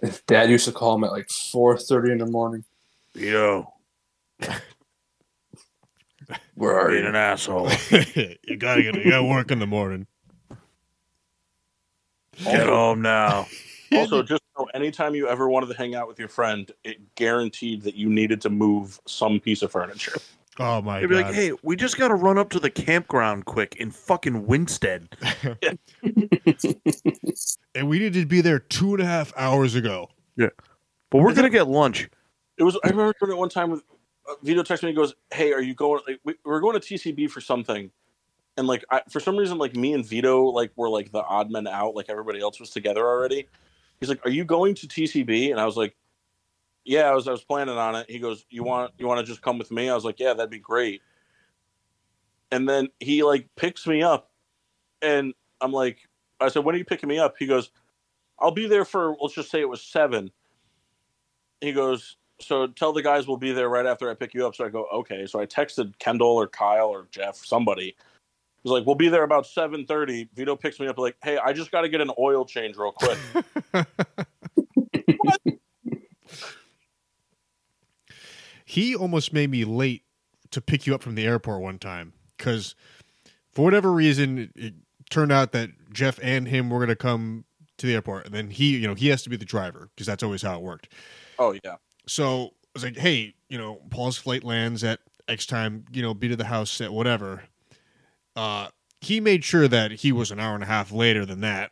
If Dad used to call him at like four thirty in the morning,
Yo,
where are
being
you?
an asshole.
you gotta get, you gotta work in the morning.
Get home now.
Also, just know anytime you ever wanted to hang out with your friend, it guaranteed that you needed to move some piece of furniture.
Oh my god!
They'd be like, "Hey, we just gotta run up to the campground quick in fucking Winstead."
and we needed to be there two and a half hours ago.
But we're gonna get lunch.
It was. I remember doing it one time with uh, Vito texted me. He goes, "Hey, are you going? Like, we, we're going to TCB for something." And like I, for some reason, like me and Vito, like were like the odd men out. Like everybody else was together already. He's like, "Are you going to TCB?" And I was like, "Yeah, I was. I was planning on it." He goes, "You want you want to just come with me?" I was like, "Yeah, that'd be great." And then he like picks me up, and I'm like, "I said, when are you picking me up?" He goes, "I'll be there for let's just say it was seven. He goes, so tell the guys we'll be there right after I pick you up. So I go, okay. So I texted Kendall or Kyle or Jeff, somebody. He's like, we'll be there about seven thirty. Vito picks me up, like, hey, I just got to get an oil change real quick.
he almost made me late to pick you up from the airport one time because for whatever reason it, it turned out that jeff and him were going to come to the airport and then he you know he has to be the driver because that's always how it worked
oh yeah,
so I was like, hey, you know, Paul's flight lands at X time, you know, be to the house at whatever. Uh, he made sure that he was an hour and a half later than that.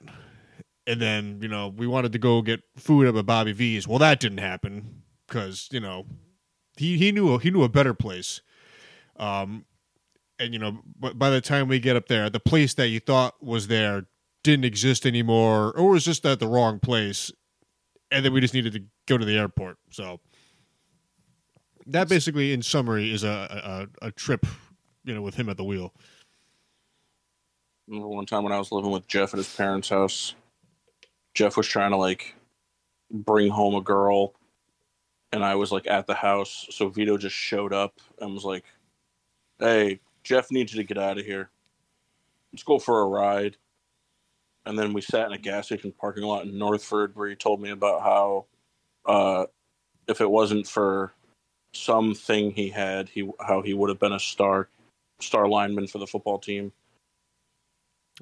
And then, you know, we wanted to go get food up at Bobby V's. Well, that didn't happen because, you know, he, he knew he knew a better place. Um, and you know, but by the time we get up there, the place that you thought was there didn't exist anymore, or was just at the wrong place, and then we just needed to go to the airport. So that basically, in summary, is a, a a- a trip, you know, with him at the wheel.
remember one time when I was living with Jeff at his parents' house. Jeff was trying to like bring home a girl, and I was like at the house. So Vito just showed up and was like, "Hey, Jeff needs you to get out of here. Let's go for a ride." And then we sat in a gas station parking lot in Northford, where he told me about how, uh, if it wasn't for something he had, he how he would have been a star, star lineman for the football team.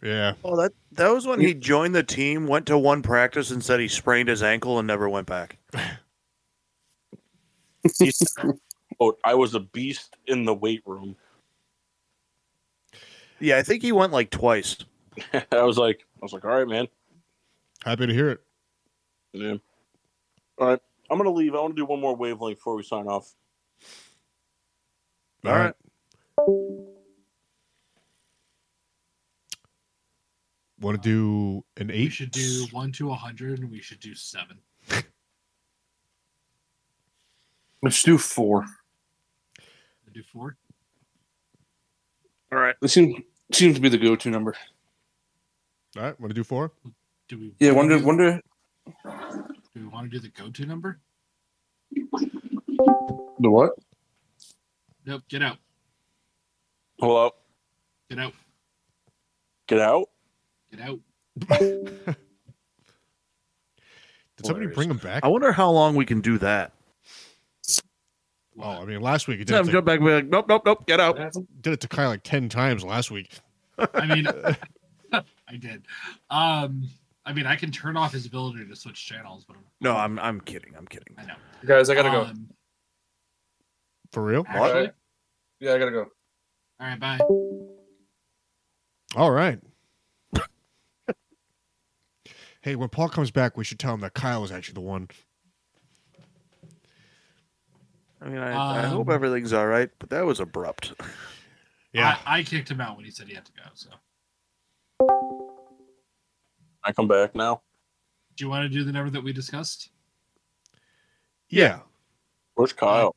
Yeah,
Oh, that that was when he joined the team, went to one practice, and said he sprained his ankle and never went back. He said-
quote, Oh, I was a beast in the weight room.
yeah, I think he went like twice.
I was like, I was like, all right, man.
happy to hear it.
Yeah. All right. I'm going to leave. I want to do one more wavelength before we sign off.
All right.
Want to do an eight?
We should do one to a hundred, and we should do seven.
Let's do four.
Do four.
All right.
This seems seems to be the go-to number.
All right, want to do four?
Do we?
Yeah, wonder wonder
Do we want to do the go-to number?
the what?
Nope. Get out.
Hold up.
Get out.
Get out.
Get out.
Did somebody
Hilarious.
bring him back?
I wonder how long we can do that.
Oh, I mean, last week he did,
Have
it
him
to,
jump back and be like, nope, nope, nope, get out.
did it to Kai like ten times last week.
I mean, I did. Um, I mean, I can turn off his ability to switch channels, but I'm,
No, I'm I'm kidding. I'm kidding.
I know.
Guys, I gotta go.
Um,
For real?
actually,
Alright. Yeah, I gotta go.
all right, bye.
All right. hey, when Paul comes back, we should tell him that Kyle is actually the one.
I mean, I, I hope
Um,
everything's all right, but that was abrupt.
Yeah.
I, I kicked him out when he said he had to go. So,
I come back now.
do you want to do the number that we discussed?
yeah.
Where's Kyle?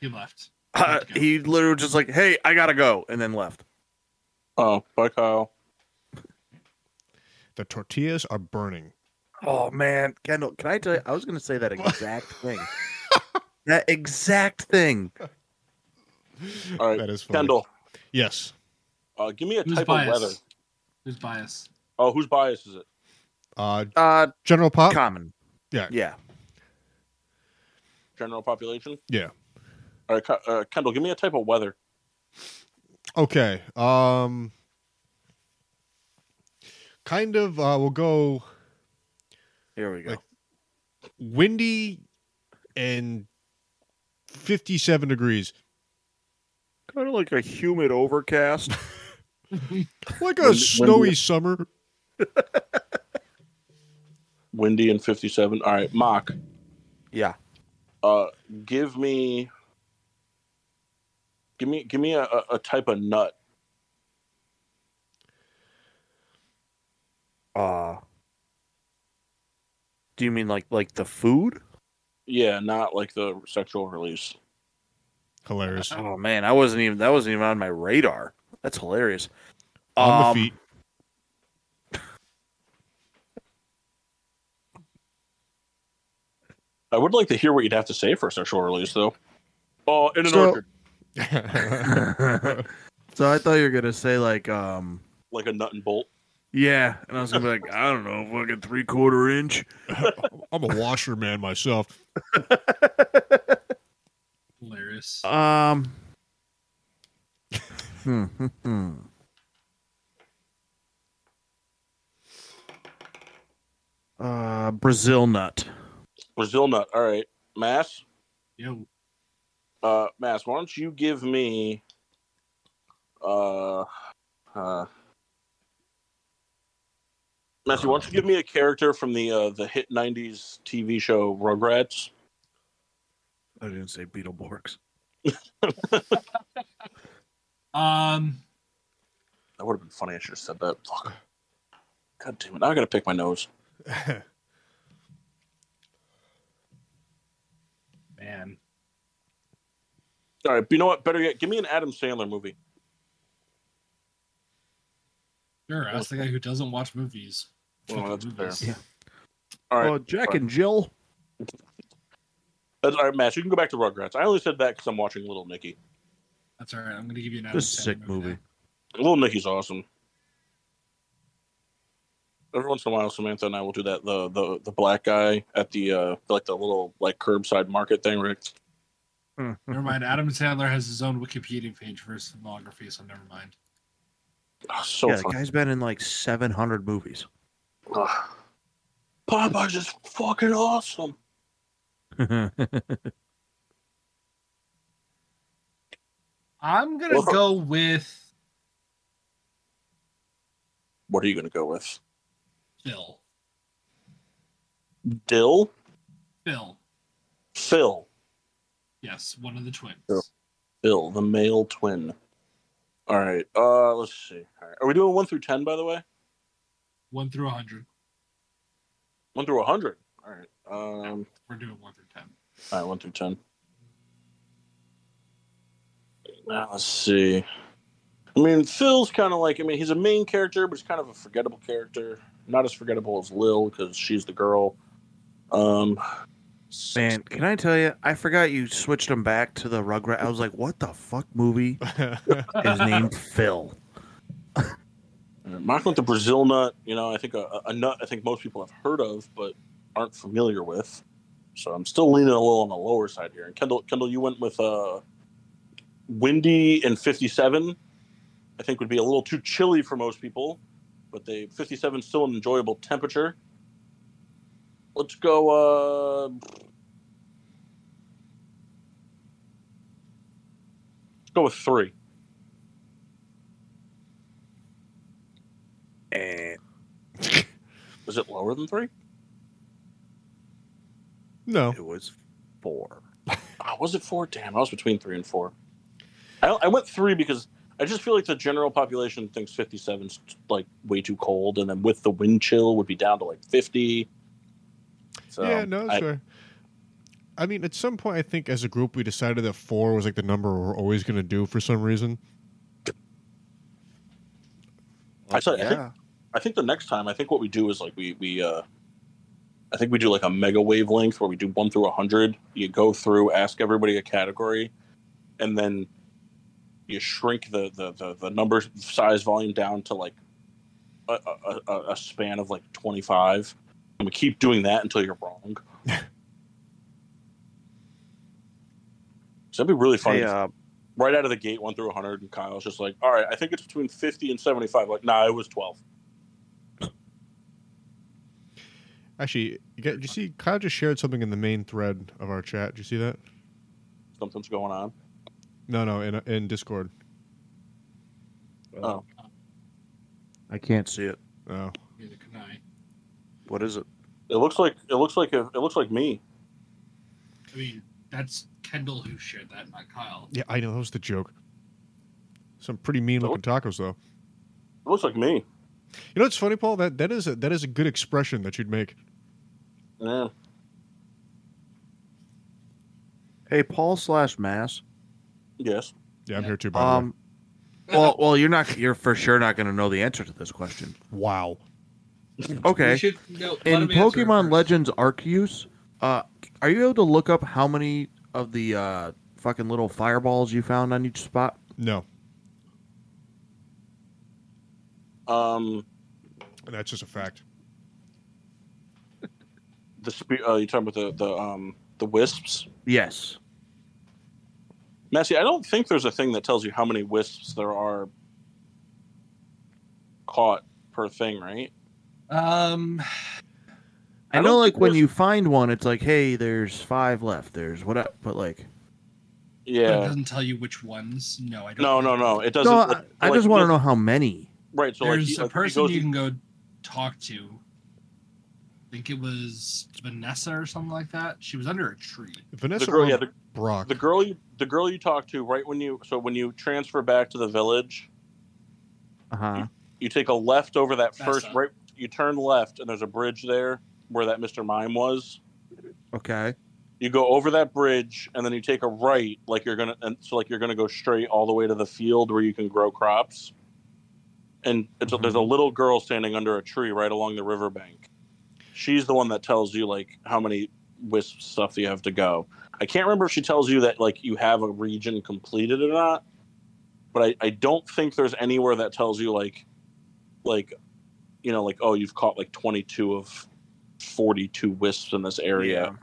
He left.
Uh, he literally just like, hey, I gotta go, and then left.
Oh, bye, Kyle.
The tortillas are burning.
Oh man, Kendall, can I tell you? I was gonna say that exact thing. that exact thing.
All right.
That is funny.
Kendall,
Yes.
uh, give me a
Who's
type of weather.
biased? Who's biased?
Oh, whose bias is it?
Uh,
Uh,
General Pop.
common.
yeah.
Yeah.
General population?
Yeah.
All right. Ki- Uh, Kendall, give me a type of weather.
Okay. Um. Kind of. Uh, we'll go
Here we go.
Like- windy and fifty-seven degrees,
kind of like a humid overcast.
like a
Wind-
snowy
windy.
summer.
Windy and 57. All right. Mock,
yeah.
uh, give me. Give me, give me a, a- a type of nut.
Uh Do you mean like like the food?
Yeah, not like the sexual release.
Hilarious.
Oh man, I wasn't even that wasn't even on my radar. That's hilarious.
On
Um,
the feet.
I would like to hear what you'd have to say for a sexual release, though. Oh, in an
So-
orchard,
Um, so I thought you were gonna say like um
like a nut and bolt.
yeah, and I was gonna be like, I don't know, fucking three quarter inch.
I'm a washer man myself.
Hilarious.
Um hmm, hmm, hmm. Uh, Brazil nut.
Brazil nut. All right, Mass.
Yo,
Uh, Mass, why don't you give me? Uh, uh, Massey, why don't you give me a character from the uh, the hit '90s TV show Rugrats?
I didn't say Beetleborgs.
um,
That would have been funny. I should have said that. Fuck. God damn it! Now I gotta pick my nose.
man,
All right, but you know what? Better yet, give me an Adam Sandler movie.
Sure, ask the guy who doesn't watch movies.
Well, that's fair.
Yeah.
All right,
Oh, Jack and Jill.
that's, all right, Matt. You can go back to Rugrats. I only said that because I'm watching Little Nicky.
That's all right. I'm gonna give you an Adam
This is a
Sandler
sick movie.
now.
Little Nicky's awesome. Every once in a while, Samantha and I will do that the the, the black guy at the uh, like the little like curbside market thing. Right?
Hmm.
Never mind. Adam Sandler has his own Wikipedia page for his filmography, so never mind.
Oh, so
yeah, the
fun.
guy's been in like 700 movies.
Ugh. Popeye's is fucking awesome.
I'm gonna
Well-
go with
What are you gonna go with?
Phil.
Dill,
Phil.
Phil,
Yes, one of the twins.
Phil. Phil, the male twin. All right. Uh, let's see. All right. Are we doing one through ten? By the way,
One through hundred.
one through hundred. All right. Um.
We're doing one through ten.
All right, one through ten. Now, let's see. I mean, Phil's kind of like I mean, he's a main character, but he's kind of a forgettable character. Not as forgettable as Lil because she's the girl. Um,
Man, can I tell you? I forgot you switched him back to the Rugrat. I was like, what the fuck movie is named Phil?
Michael with the Brazil nut, you know, I think a, a nut I think most people have heard of but aren't familiar with. So I'm still leaning a little on the lower side here. And Kendall, Kendall, you went with uh, windy and 57. I think would be a little too chilly for most people, but they 57 is still an enjoyable temperature. Let's go. Uh, let's go with three.
And
Is it lower than three?
no.
it was four.
Oh, was it four? Damn, I was between three and four. I, I went three because I just feel like the general population thinks 57's like way too cold, and then with the wind chill would be down to like 50. So,
yeah, no,
I-
sure. I mean, at some point, I think as a group, we decided that four was like the number we're always going to do for some reason.
I, said, I, think,
Yeah.
I think the next time, I think what we do is like we we uh, I think we do like a mega wavelength where we do one through a hundred. You go through, ask everybody a category, and then you shrink the the the, the number size volume down to like a, a, a, a span of like twenty five, and we keep doing that until you're wrong. so that'd be really fun.
Hey, uh,
Right out of the gate, one through a hundred, and Kyle's just like, "All right, I think it's between fifty and seventy-five. Like, nah, it was twelve.
Actually, you got, did you see Kyle just shared something in the main thread of our chat? Did you see that?
Something's going on."
No, no, in, in Discord.
I can't see it.
Oh.
Neither can I.
What is it?
It looks like it looks like a, it looks like me.
I mean, that's Kendall who shared that, not Kyle.
Yeah, I know. That was the joke. Some pretty mean
Oh.
looking tacos, though.
It looks like me.
You know what's funny, Paul? That that is a, that is a good expression that you'd make.
Yeah.
Hey, Paul slash Mass.
Yes.
Yeah, I'm
Yeah.
here too. By the way.
Um, well, well, you're not. You're for sure not going to know the answer to this question.
Wow.
Okay.
We should, no, let him
In
answer it
Pokemon
first.
Legends Arceus, uh, are you able to look up how many of the uh, fucking little fireballs you found on each spot?
No,
Um,
that's just a fact.
the spe- uh, you talking about the the um the wisps?
Yes.
Massey, I don't think there's a thing that tells you how many wisps there are caught per thing, right?
Um,
I,
I
know,
don't
like
think
when
there's-
you find one, it's like, hey, there's five left. There's what? I, but like,
but it
Yeah.
doesn't tell you which ones. No, I don't.
No, no,
know.
no. It doesn't.
no,
like-
I, I
like,
just want
you-
to know how many.
Right. So
There's
like,
a person
goes,
you can go talk to. I think it was Vanessa or something like that. She was under a tree.
Vanessa
The girl-
or
yeah, the-
Brock.
the girl you the girl you talk to right when you so when you transfer back to the village,
Uh
Uh-huh.
huh.
you take a left over that
That's
first
up.
right. You turn left, and there's a bridge there where that Mr. Mime was.
Okay.
You go over that bridge, and then you take a right, like you're gonna, and so like you're gonna go straight all the way to the field where you can grow crops. And it's, there's a little girl standing under a tree right along the riverbank. She's the one that tells you like how many wisp stuff you have to go. I can't remember if she tells you that like you have a region completed or not, but I, I don't think there's anywhere that tells you like like you know like oh you've caught like 22 of 42 wisps in this area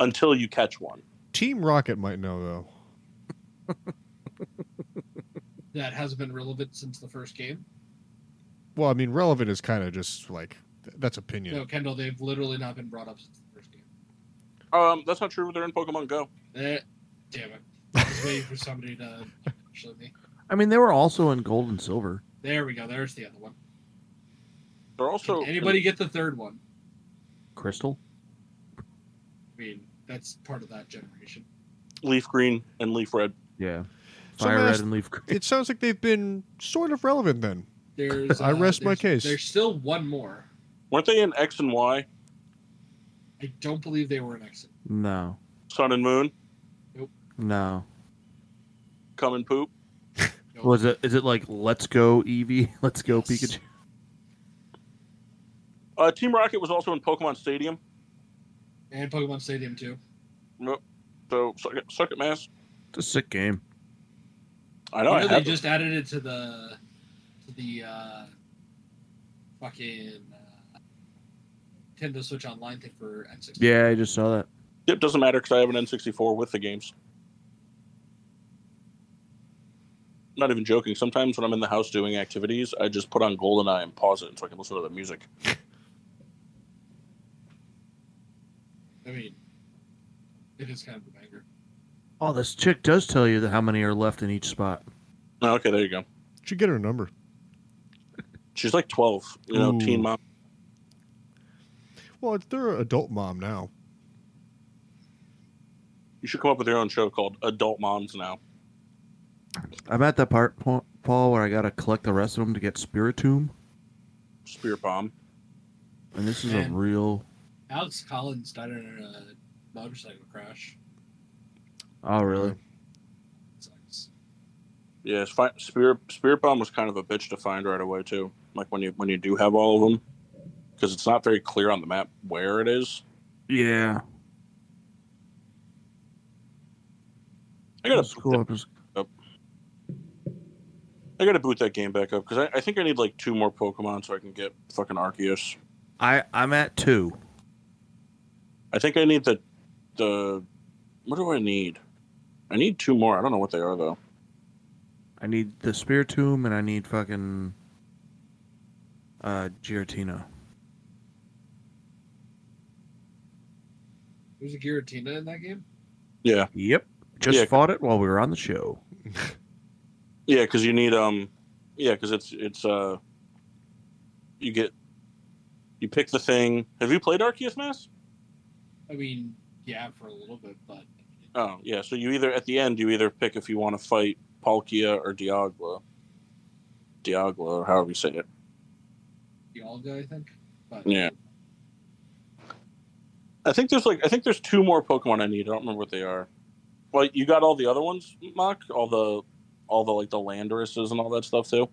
until you catch one.
Team Rocket might know though.
that has been relevant since the first game.
Well, I mean, relevant is kind of just like th- that's opinion.
No, Kendall, they've literally not been brought up since the first game.
Um, that's not true. They're in Pokemon Go.
Eh, damn it. I was waiting for somebody to show me.
I mean, they were also in gold and silver.
There we go. There's the other one.
They're
Can
also
anybody get the third one?
Crystal.
I mean, that's part of that generation.
Leaf Green and Leaf Red.
Yeah.
So
Fire
Mas-
red and leaf green.
It sounds like they've been sort of relevant then.
There's.
I
uh,
rest my
there's-
case.
There's still one more.
Weren't they in X and Y?
I don't believe they were an exit.
No.
Sun and Moon,
No.
Come and Poop.
Nope.
Was it? Is it like Let's Go Eevee? Let's Go
Yes.
Pikachu?
Uh, Team Rocket was also in Pokemon Stadium.
And Pokemon Stadium too.
So suck it, suck it mass.
It's a sick game.
I know.
No,
I
they
have
just added it to the to the uh, fucking uh, Nintendo Switch Online thing for N64.
Yeah, I just saw that.
it. It doesn't matter because I have an N64 with the games. Not even joking. Sometimes when I'm in the house doing activities, I just put on GoldenEye and pause it so I can listen to the music.
I mean, it is kind of a banger.
Oh, this chick does tell you that how many are left in each spot.
Oh, okay, there you go.
Should get her number.
She's like 12, you know,
Ooh.
teen mom.
Well, it's their adult mom now.
You should come up with your own show called Adult Moms Now.
I'm at that part, Pa- Paul, where I gotta collect the rest of them to get Spiritomb,
Spirit Bomb.
and this is a
Man.
real.
Alex Collins died in a motorcycle crash.
Oh, really?
Sucks.
Yeah, it's fi- Spirit Spirit Bomb was kind of a bitch to find right away too. Like when you when you do have all of them, because it's not very clear on the map where it is.
Yeah.
I gotta
Let's
boot
go
that,
up as-
I gotta boot that game back up because I, I think I need like two more Pokemon so I can get fucking Arceus.
I I'm at two.
I think I need the the what do I need? I need two more. I don't know what they are though.
I need the Spiritomb, and I need fucking uh Giratina.
There's a Giratina in that game.
Yeah,
Yep. Just
Yeah.
fought it while we were on the show.
yeah, because you need um, yeah, because it's it's uh, you get you pick the thing. Have you played Arceus, Mass?
I mean, yeah, for a little bit, but
Oh yeah, so you either at the end you either pick if you want to fight Palkia or Diagla, Diagla or however you say it.
the Olga, I think. But
Yeah. I think there's like I think there's two more Pokemon I need. I don't remember what they are. Well, you got all the other ones, Mock? All the all the like the Landorises and all that stuff too.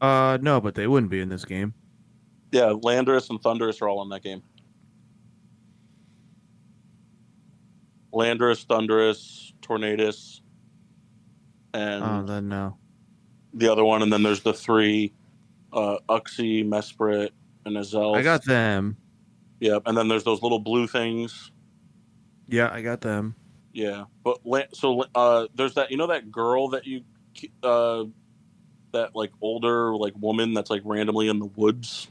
Uh, no, but they wouldn't be in this game.
Yeah, Landorus and Thunderous are all in that game. Landorus, Thunderous, Tornadus, and
Um,
Oh, then no.
the other one, and then there's the three, uh, Uxie, Mesprit, and Azelf.
I got them.
Yeah, and then there's those little blue things.
Yeah, I got them.
Yeah, but la- so uh, there's that. You know that girl that you, uh, that like older like woman that's like randomly in the woods.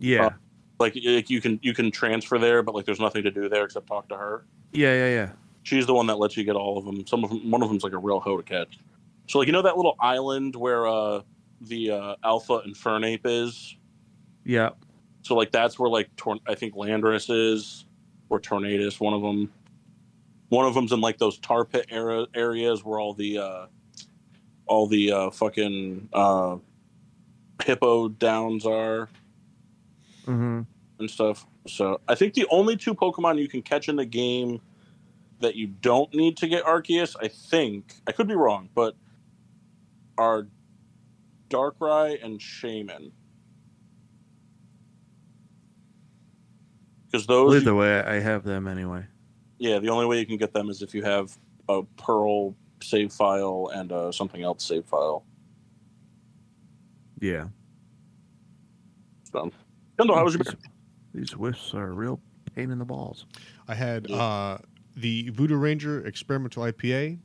Yeah.
Uh, Like, like you can you can transfer there, but like there's nothing to do there except talk to her.
yeah, yeah, yeah.
She's the one that lets you get all of them. Some of them, one of them's like a real hoe to catch. So like you know that little island where uh, the uh, alpha infernape is.
Yeah.
So like that's where like Tor- I think Landorus is or Tornadus, one of them. One of them's in like those tar pit era areas where all the uh, all the uh, fucking uh, hippo downs are
Mm-hmm.
and stuff. So I think the only two Pokemon you can catch in the game that you don't need to get Arceus, I think I could be wrong, but are Darkrai and Shaman. Because
Well,
those,
Either way, I have them anyway.
yeah, the only way you can get them is if you have a Pearl save file and uh, something else save file.
Yeah.
So, Kendall,
Oh,
how was your beer?
These whiffs are a real pain in the balls.
I had uh, the Voodoo Ranger Experimental IPA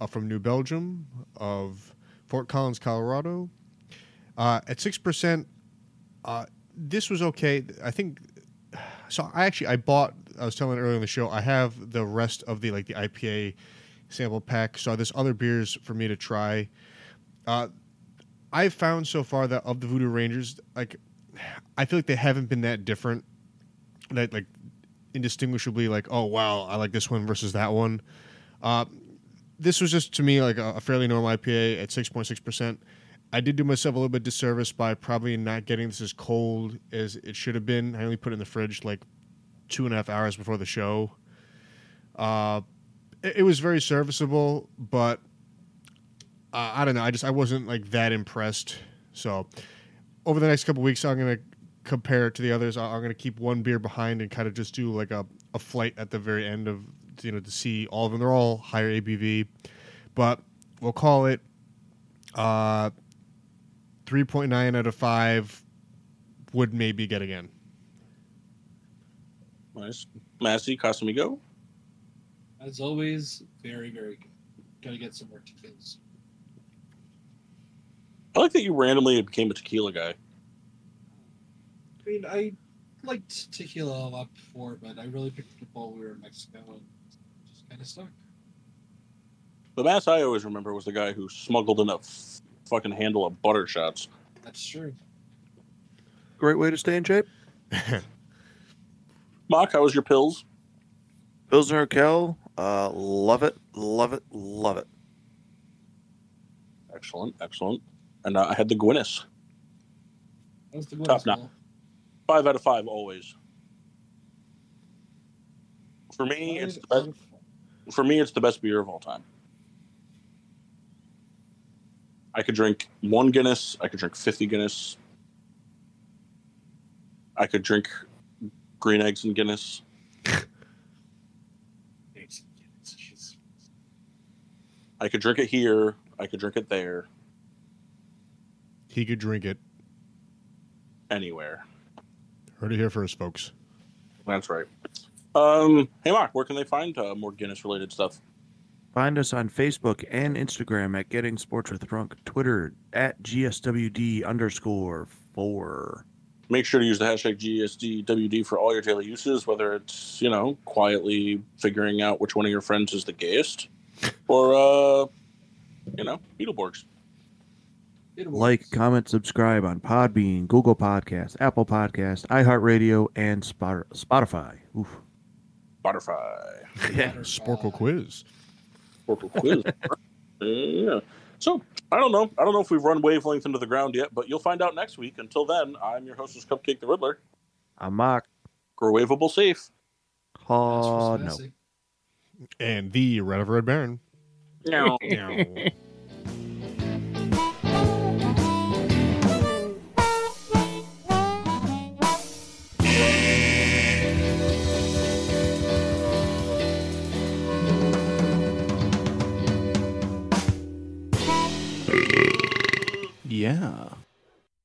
uh, from New Belgium of Fort Collins, Colorado. Uh, at six percent, uh, this was okay. I think. So I actually I bought. I was telling earlier in the show. I have the rest of the like the IPA sample pack. So there's other beers for me to try. Uh, I've found so far that of the Voodoo Rangers, like I feel like they haven't been that different. That like indistinguishably like, oh wow, I like this one versus that one. Uh, this was just to me like a, a fairly normal IPA at six point six percent. I did do myself a little bit disservice by probably not getting this as cold as it should have been. I only put it in the fridge like two and a half hours before the show. Uh, it, it was very serviceable, but uh, I don't know. I just I wasn't like that impressed. So over the next couple weeks, I'm gonna compare it to the others. I- I'm going to keep one beer behind and kind of just do like a, a flight at the very end of, you know, to see all of them. They're all higher ABV, but we'll call it uh, 3.9 out of 5 would maybe get again.
Nice. Massey, Casamigo.
As always, very, very good. Gotta get some more tequilas.
I like that you randomly became a tequila guy.
I mean, I liked tequila a lot before, but I really picked it up while we were in Mexico and just kind of stuck.
The Mass I always remember was the guy who smuggled in a f- fucking handle of butter shots.
That's true.
Great way to stay in shape.
Mock, how was your pills?
Pilsner Raquel, uh, love it, love it, love it.
Excellent, excellent. And uh, I had the Guinness.
That was the one.
Top
as well.
Five out of five always. For me, it's the best, for me it's the best beer of all time. I could drink one Guinness. I could drink fifty Guinness. I could drink green eggs and Guinness. I could drink it here. I could drink it there.
He could drink it.
Anywhere.
Heard it here first, folks.
That's right. Um, hey, Mark, where can they find uh, more Guinness related stuff?
Find us on Facebook and Instagram at Getting Sports with Drunk, Twitter at GSWD underscore four.
Make sure to use the hashtag GSDWD for all your daily uses, whether it's, you know, quietly figuring out which one of your friends is the gayest or, uh, you know, Beetleborgs.
It was.
Like, comment, subscribe on Podbean, Google Podcasts, Apple Podcasts, iHeartRadio, and Spot- Spotify. Oof.
Butterfly.
Butterfly.
Sporkle quiz.
Corporal quiz. yeah. So I don't know. I don't know if we've run wavelength into the ground yet, but you'll find out next week. Until then, I'm your hostess, Cupcake the Riddler.
I'm Mock.
Grow waveable safe.
That's
Oh,
for
no.
Spencer.
And the Red of Red Baron.
Meow.
Meow.